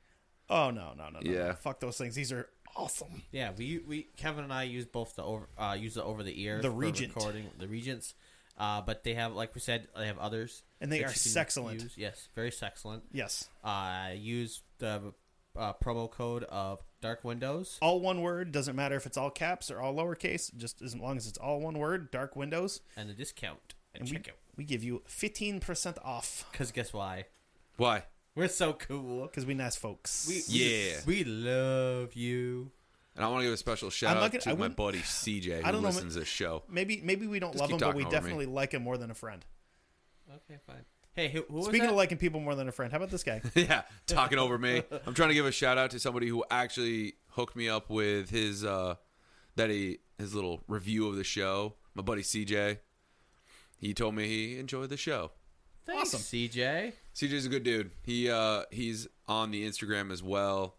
Speaker 2: "Oh no, no, no, no,
Speaker 3: Yeah.
Speaker 2: no. fuck those things. These are awesome."
Speaker 1: Yeah, we we Kevin and I use both the over uh, use the over the ear
Speaker 2: The
Speaker 1: for
Speaker 2: Regent.
Speaker 1: recording the Regents, uh, but they have like we said they have others
Speaker 2: And they
Speaker 1: that
Speaker 2: are
Speaker 1: you can
Speaker 2: sexcellent.
Speaker 1: use. Yes, very sexcellent.
Speaker 2: Yes,
Speaker 1: Uh, use the uh, promo code of Dark Windows.
Speaker 2: all one word doesn't matter if it's all caps or all lowercase. Just as long as it's all one word, dark windows,
Speaker 1: and the discount at
Speaker 2: and we,
Speaker 1: checkout.
Speaker 2: we give you fifteen percent off
Speaker 1: Because guess why?
Speaker 3: Why?
Speaker 1: We're so cool.
Speaker 2: because we nice folks.
Speaker 1: We, we,
Speaker 3: Yeah.
Speaker 1: we love you.
Speaker 3: And I want to give a special shout
Speaker 2: not
Speaker 3: out
Speaker 2: gonna-
Speaker 3: to
Speaker 2: I
Speaker 3: my
Speaker 2: wouldn't- [sighs]
Speaker 3: buddy CJ
Speaker 2: I
Speaker 3: who
Speaker 2: don't know,
Speaker 3: listens to this show. [laughs]
Speaker 2: maybe maybe we don't
Speaker 3: Just
Speaker 2: love them,
Speaker 3: keep
Speaker 2: but
Speaker 3: talking
Speaker 2: we
Speaker 3: over me.
Speaker 2: definitely like him more than a friend.
Speaker 1: Okay, fine. Hey, who, who
Speaker 2: Speaking
Speaker 1: was
Speaker 2: of
Speaker 1: that?
Speaker 2: liking people more than a friend, how about this guy?
Speaker 3: yeah, talking over me. I'm trying to give a shout out to somebody who actually hooked me up with his uh that he his little review of the show. My buddy CJ. He told me he enjoyed the show.
Speaker 1: Thanks,
Speaker 2: awesome.
Speaker 1: CJ.
Speaker 3: CJ's a good dude. He uh he's on the Instagram as well.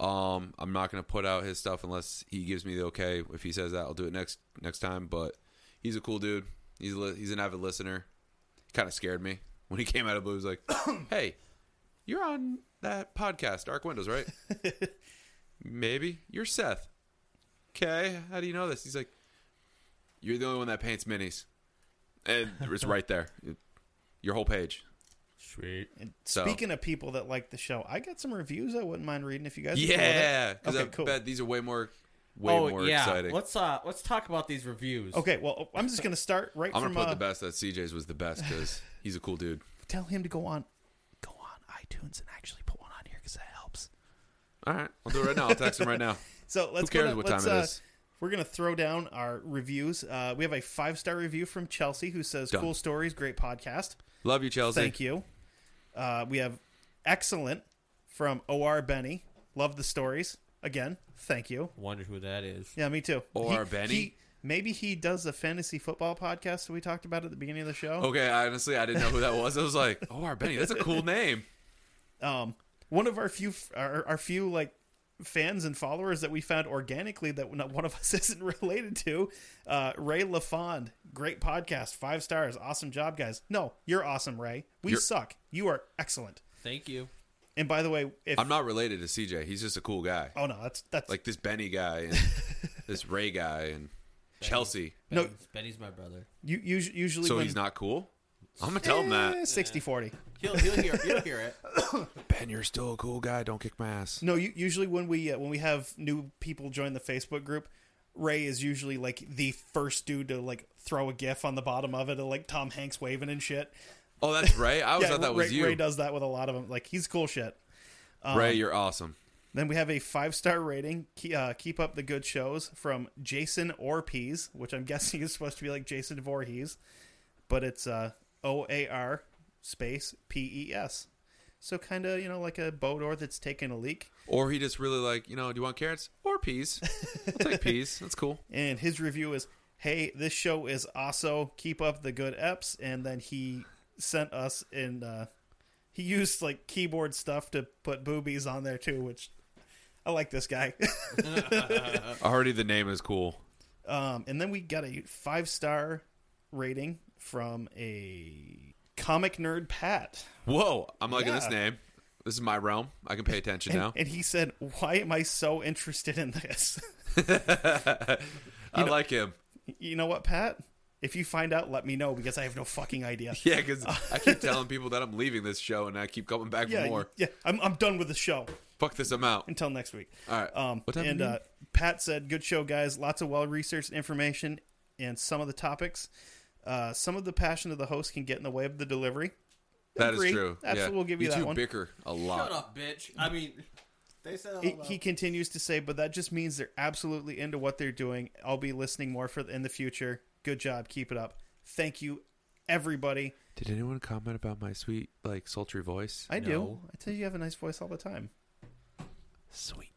Speaker 3: Um I'm not gonna put out his stuff unless he gives me the okay. If he says that, I'll do it next next time. But he's a cool dude. He's a, li- he's an avid listener. Kind of scared me [laughs] when he came out of the blue. He was like, "Hey, you're on that podcast, Dark Windows, right? Maybe you're Seth. Okay, how do you know this? He's like, you're the only one that paints minis, and it's right there, your whole page.
Speaker 1: Sweet.
Speaker 2: And
Speaker 3: [laughs] So-
Speaker 2: Speaking of people that like the show, I got some reviews I wouldn't mind reading if you guys. are cool with it.
Speaker 3: Yeah, because
Speaker 2: Okay,
Speaker 3: I
Speaker 2: cool.
Speaker 3: bet these are way more, way
Speaker 1: oh
Speaker 3: more
Speaker 1: yeah.
Speaker 3: exciting.
Speaker 1: Let's uh let's talk about these reviews.
Speaker 2: Okay, well, I'm just gonna start right
Speaker 3: I'm
Speaker 2: from.
Speaker 3: gonna put
Speaker 2: uh,
Speaker 3: the best that CJ's was the best because he's a cool dude.
Speaker 2: Tell him to go on, go on iTunes and actually put one on here because that helps.
Speaker 3: All right, I'll do it right now. I'll text him
Speaker 2: [laughs]
Speaker 3: right now.
Speaker 2: So let's
Speaker 3: cares
Speaker 2: go to,
Speaker 3: what
Speaker 2: let's,
Speaker 3: time it
Speaker 2: uh,
Speaker 3: is?
Speaker 2: We're gonna throw down our reviews. Uh, we have a five star review from Chelsea who says,
Speaker 3: Done.
Speaker 2: "Cool stories, great podcast."
Speaker 3: Love you, Chelsea.
Speaker 2: Thank you. Uh, we have excellent from Or Benny. Love the stories again. Thank you.
Speaker 1: Wonder who that is.
Speaker 2: Yeah, me too.
Speaker 3: OR
Speaker 2: He-
Speaker 3: Benny?
Speaker 2: he- maybe he does the fantasy football podcast that we talked about at the beginning of the show.
Speaker 3: Okay, honestly, I didn't know who that was. I was like, oh, our Benny, that's a cool name.
Speaker 2: um, one of our few our, our few like fans and followers that we found organically that not one of us [laughs] isn't related to. Uh, Ray LaFond, great podcast, five stars, awesome job, guys. No, you're awesome, Ray. We
Speaker 3: You're-
Speaker 2: suck. You are excellent.
Speaker 1: Thank you.
Speaker 2: And by the way, if
Speaker 3: I'm not related to CJ. He's just a cool guy.
Speaker 2: oh no, that's that's
Speaker 3: Like this Benny guy
Speaker 2: [laughs]
Speaker 3: and this Ray guy and Chelsea.
Speaker 2: No.
Speaker 1: Benny's, Benny's my brother.
Speaker 2: you, us- usually
Speaker 3: So
Speaker 2: when, Eh,
Speaker 3: he's not cool? I'm going to tell him that.
Speaker 2: 60 40.
Speaker 1: He'll, he'll hear he'll hear
Speaker 2: [laughs]
Speaker 1: it.
Speaker 3: Ben, you're still a cool guy. Don't kick my ass.
Speaker 2: No, you, usually when we uh, when we have new people join the Facebook group, Ray is usually like the first dude to like throw a gif on the bottom of it of like Tom Hanks waving and shit. [laughs]
Speaker 3: Oh, that's Ray? I always
Speaker 2: yeah,
Speaker 3: thought that was
Speaker 2: Ray,
Speaker 3: you.
Speaker 2: Ray uh, does that with a lot of them. Like he's cool shit.
Speaker 3: Ray, you're awesome.
Speaker 2: Then we have a five star rating. Ke- uh, keep up the good shows from Jason Orpees, which I'm [laughs] guessing is supposed to be like Jason Voorhees, but it's uh, O A R space P E S. So kind of you know like a boat or that's taking a leak.
Speaker 3: Or he just really like, you know, do you want carrots or peas? I'll
Speaker 2: [laughs]
Speaker 3: take peas. That's cool.
Speaker 2: And his review is, "Hey, this show is also keep up the good eps." And then he sent us in. Uh, he used like keyboard stuff to put boobies on there too, which I like this guy. [laughs]
Speaker 3: Already the name is cool.
Speaker 2: Um, and then we got a five star rating from a comic nerd Pat,
Speaker 3: Whoa, I'm liking this
Speaker 2: Yeah.
Speaker 3: name. This is my realm. I can pay attention now.
Speaker 2: and he said, "Why am I so interested in this?" [laughs]
Speaker 3: I like him.
Speaker 2: you know what, Pat? If you find out, let me know because I have no fucking idea.
Speaker 3: [laughs] Yeah, because I keep telling people that I'm leaving this show and I keep coming back
Speaker 2: yeah,
Speaker 3: for more.
Speaker 2: yeah. I'm I'm done with the show.
Speaker 3: Fuck this, I'm out.
Speaker 2: Until next week.
Speaker 3: All right.
Speaker 2: Um,
Speaker 3: What time
Speaker 2: and
Speaker 3: we
Speaker 2: uh, Pat said, "Good show, guys. Lots of well-researched information and some of the topics. Uh, some of the passion of the host can get in the way of the delivery.
Speaker 3: That is
Speaker 2: agree.
Speaker 3: true.
Speaker 2: Absolutely,
Speaker 3: Yeah.
Speaker 2: we'll give you
Speaker 3: you
Speaker 2: that
Speaker 3: two
Speaker 2: one.
Speaker 3: bicker a lot.
Speaker 1: Shut up, bitch. I mean, they said all
Speaker 2: It-
Speaker 1: that.
Speaker 2: he continues to say, but that just means they're absolutely into what they're doing. I'll be listening more for in the future. Good job, keep it up. Thank you, everybody.
Speaker 3: Did anyone comment about my sweet, like, sultry voice?
Speaker 2: I do.
Speaker 1: No.
Speaker 2: I tell you, you have a nice voice all the time.
Speaker 3: Sweet.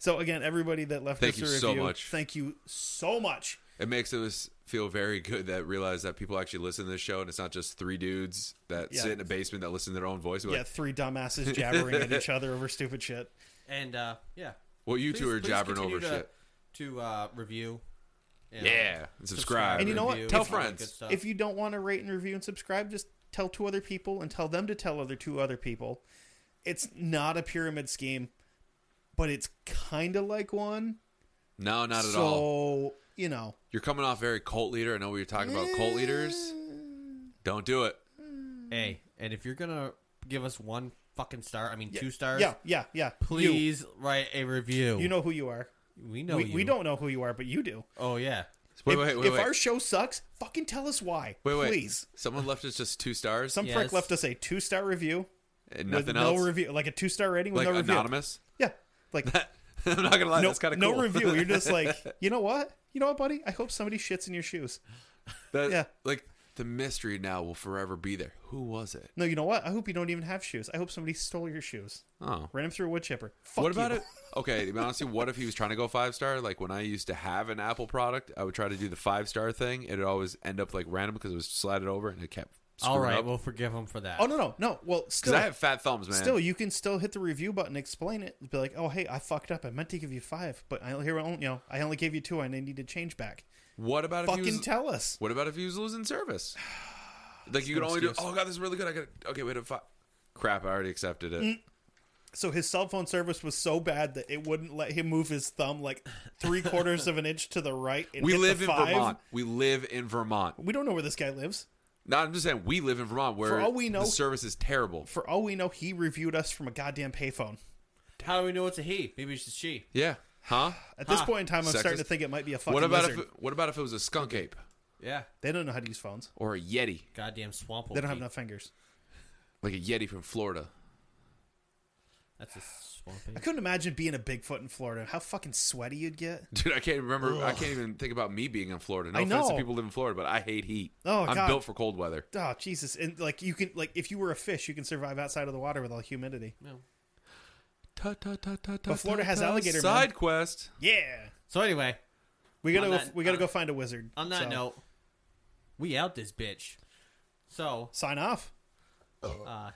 Speaker 2: So again, everybody that left
Speaker 3: Thank
Speaker 2: us
Speaker 3: you
Speaker 2: a
Speaker 3: so
Speaker 2: review,
Speaker 3: much.
Speaker 2: thank you so much.
Speaker 3: It makes us feel very good that realize that people actually listen to this show and it's not just three dudes that
Speaker 2: Yeah.
Speaker 3: sit in a basement that listen to their own voice. We're
Speaker 2: Yeah,
Speaker 3: like,
Speaker 2: three dumbasses jabbering at each other over stupid shit.
Speaker 1: and uh, yeah,
Speaker 3: well, you two
Speaker 1: Please-
Speaker 3: are
Speaker 1: please
Speaker 3: jabbering
Speaker 1: continue
Speaker 3: over
Speaker 1: to,
Speaker 3: shit.
Speaker 1: To uh, review. and,
Speaker 3: Yeah. And subscribe.
Speaker 2: And you know what?
Speaker 1: review,
Speaker 3: Tell
Speaker 1: all that
Speaker 3: friends.
Speaker 1: good stuff.
Speaker 2: If you don't want to rate and review and subscribe, just tell two other people and tell them to tell other two other people. It's not a pyramid scheme, but it's kind of like one.
Speaker 3: No, not at
Speaker 2: so,
Speaker 3: all.
Speaker 2: you know,
Speaker 3: You're coming off very cult leader. I know we were talking about cult leaders. Don't do it.
Speaker 1: hey, and if you're gonna give us one fucking star, I mean two stars,
Speaker 2: yeah, yeah, yeah. You.
Speaker 1: please write a review.
Speaker 2: you, know who you are.
Speaker 1: we know
Speaker 2: we,
Speaker 1: you.
Speaker 2: we don't know who you are, but you do.
Speaker 1: Oh yeah,
Speaker 3: Wait,
Speaker 2: if
Speaker 3: wait, wait,
Speaker 2: if
Speaker 3: wait.
Speaker 2: our show sucks, fucking tell us why,
Speaker 3: wait, wait.
Speaker 2: please.
Speaker 3: Someone left us just two stars
Speaker 2: Some
Speaker 1: Yes.
Speaker 2: prick left us a two star review
Speaker 3: and
Speaker 2: with
Speaker 3: nothing
Speaker 2: no
Speaker 3: else.
Speaker 2: review, like a two star rating with
Speaker 3: like
Speaker 2: no review.
Speaker 3: anonymous. [laughs]
Speaker 2: Yeah, like
Speaker 3: I'm not gonna lie.
Speaker 2: no,
Speaker 3: that's kind of
Speaker 2: no
Speaker 3: cool.
Speaker 2: review. You're
Speaker 3: [laughs]
Speaker 2: just like, you know what? You know what, buddy? I hope somebody shits in your shoes.
Speaker 3: That-
Speaker 2: Yeah.
Speaker 3: Like the mystery now will forever be there. Who was it?
Speaker 2: No, you know what? I hope you don't even have shoes. I hope somebody stole your shoes.
Speaker 3: Oh.
Speaker 2: Ran them through a wood chipper. Fuck
Speaker 3: what about
Speaker 2: you.
Speaker 3: it? Okay, to be honest, with you, what if he was trying to go five star? Like when I used to have an Apple product, I would try to do the five star thing. It'd always end up like random because it was slatted over and it kept screwing
Speaker 1: all right,
Speaker 3: up.
Speaker 1: we'll forgive him for that.
Speaker 2: Oh no, no, no. Well, still,
Speaker 3: Because I have fat thumbs, man.
Speaker 2: still, you can still hit the review button, explain it, be like, oh hey, I fucked up. I meant to give you five, but I here, you know, I only gave you two, and I need to change back.
Speaker 3: what about if he
Speaker 2: Fucking
Speaker 3: was,
Speaker 2: tell us.
Speaker 3: What about if he was
Speaker 2: [sighs]
Speaker 3: losing service? Like you could only do. Oh god, this is really good. I got. to Okay, wait a five. Crap, I already accepted it.
Speaker 2: Mm, So his cell phone service was so bad that it wouldn't let him move his thumb like three quarters of an inch to the right. and
Speaker 3: We
Speaker 2: hit the
Speaker 3: live in
Speaker 2: five.
Speaker 3: Vermont. We live in Vermont.
Speaker 2: We don't know where this guy lives.
Speaker 3: No, I'm just saying we live in Vermont where
Speaker 2: all we know-
Speaker 3: the service is terrible.
Speaker 2: [sighs] For all we know, he reviewed us from a goddamn payphone.
Speaker 1: How do we know it's a he? Maybe it's a she.
Speaker 3: Yeah. Huh?
Speaker 2: At this point in time, I'm starting
Speaker 3: Sexist.
Speaker 2: to think it might be a fucking
Speaker 3: What about
Speaker 2: lizard.
Speaker 3: if what about if it was a skunk ape
Speaker 1: Yeah,
Speaker 2: They don't know how to use phones.
Speaker 3: or a yeti,
Speaker 1: goddamn swamp.
Speaker 2: They don't have
Speaker 1: ape.
Speaker 2: enough fingers.
Speaker 3: like a yeti from Florida? [laughs]
Speaker 1: That's a swamp.
Speaker 2: I
Speaker 1: ape.
Speaker 2: couldn't imagine being a Bigfoot in Florida. How fucking sweaty you'd get.
Speaker 3: Dude, I can't remember. I can't even think about me being in Florida. No
Speaker 2: I
Speaker 3: offense to
Speaker 2: know.
Speaker 3: people who live in Florida, but I hate heat.
Speaker 2: Oh,
Speaker 3: I'm
Speaker 2: God.
Speaker 3: built for cold weather.
Speaker 2: Oh Jesus! And like you can like if you were a fish, you can survive outside of the water with all humidity.
Speaker 3: Ta, ta, ta, ta, ta,
Speaker 2: But Florida
Speaker 3: ta,
Speaker 2: has
Speaker 3: ta.
Speaker 2: alligator,
Speaker 3: Side
Speaker 2: man.
Speaker 3: quest.
Speaker 2: Yeah,
Speaker 1: So anyway,
Speaker 2: we gotta
Speaker 1: On
Speaker 2: go,
Speaker 1: that-
Speaker 2: we gotta
Speaker 1: on-
Speaker 2: go find a wizard.
Speaker 1: on that
Speaker 2: So,
Speaker 1: note, we out this bitch. So
Speaker 2: sign off.
Speaker 1: uh,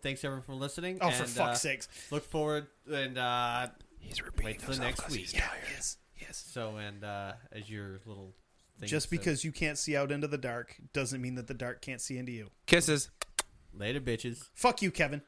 Speaker 1: thanks everyone for listening.
Speaker 2: Oh,
Speaker 1: and,
Speaker 2: for
Speaker 1: uh,
Speaker 2: fuck's sakes!
Speaker 1: Look forward and uh,
Speaker 3: He's repeating
Speaker 1: wait for the next week.
Speaker 2: Yeah, yes, yes.
Speaker 1: So and uh, as your little thing
Speaker 2: Just
Speaker 1: said-
Speaker 2: because you can't see out into the dark doesn't mean that the dark can't see into you.
Speaker 3: Kisses.
Speaker 1: later, bitches.
Speaker 2: Fuck you, Kevin.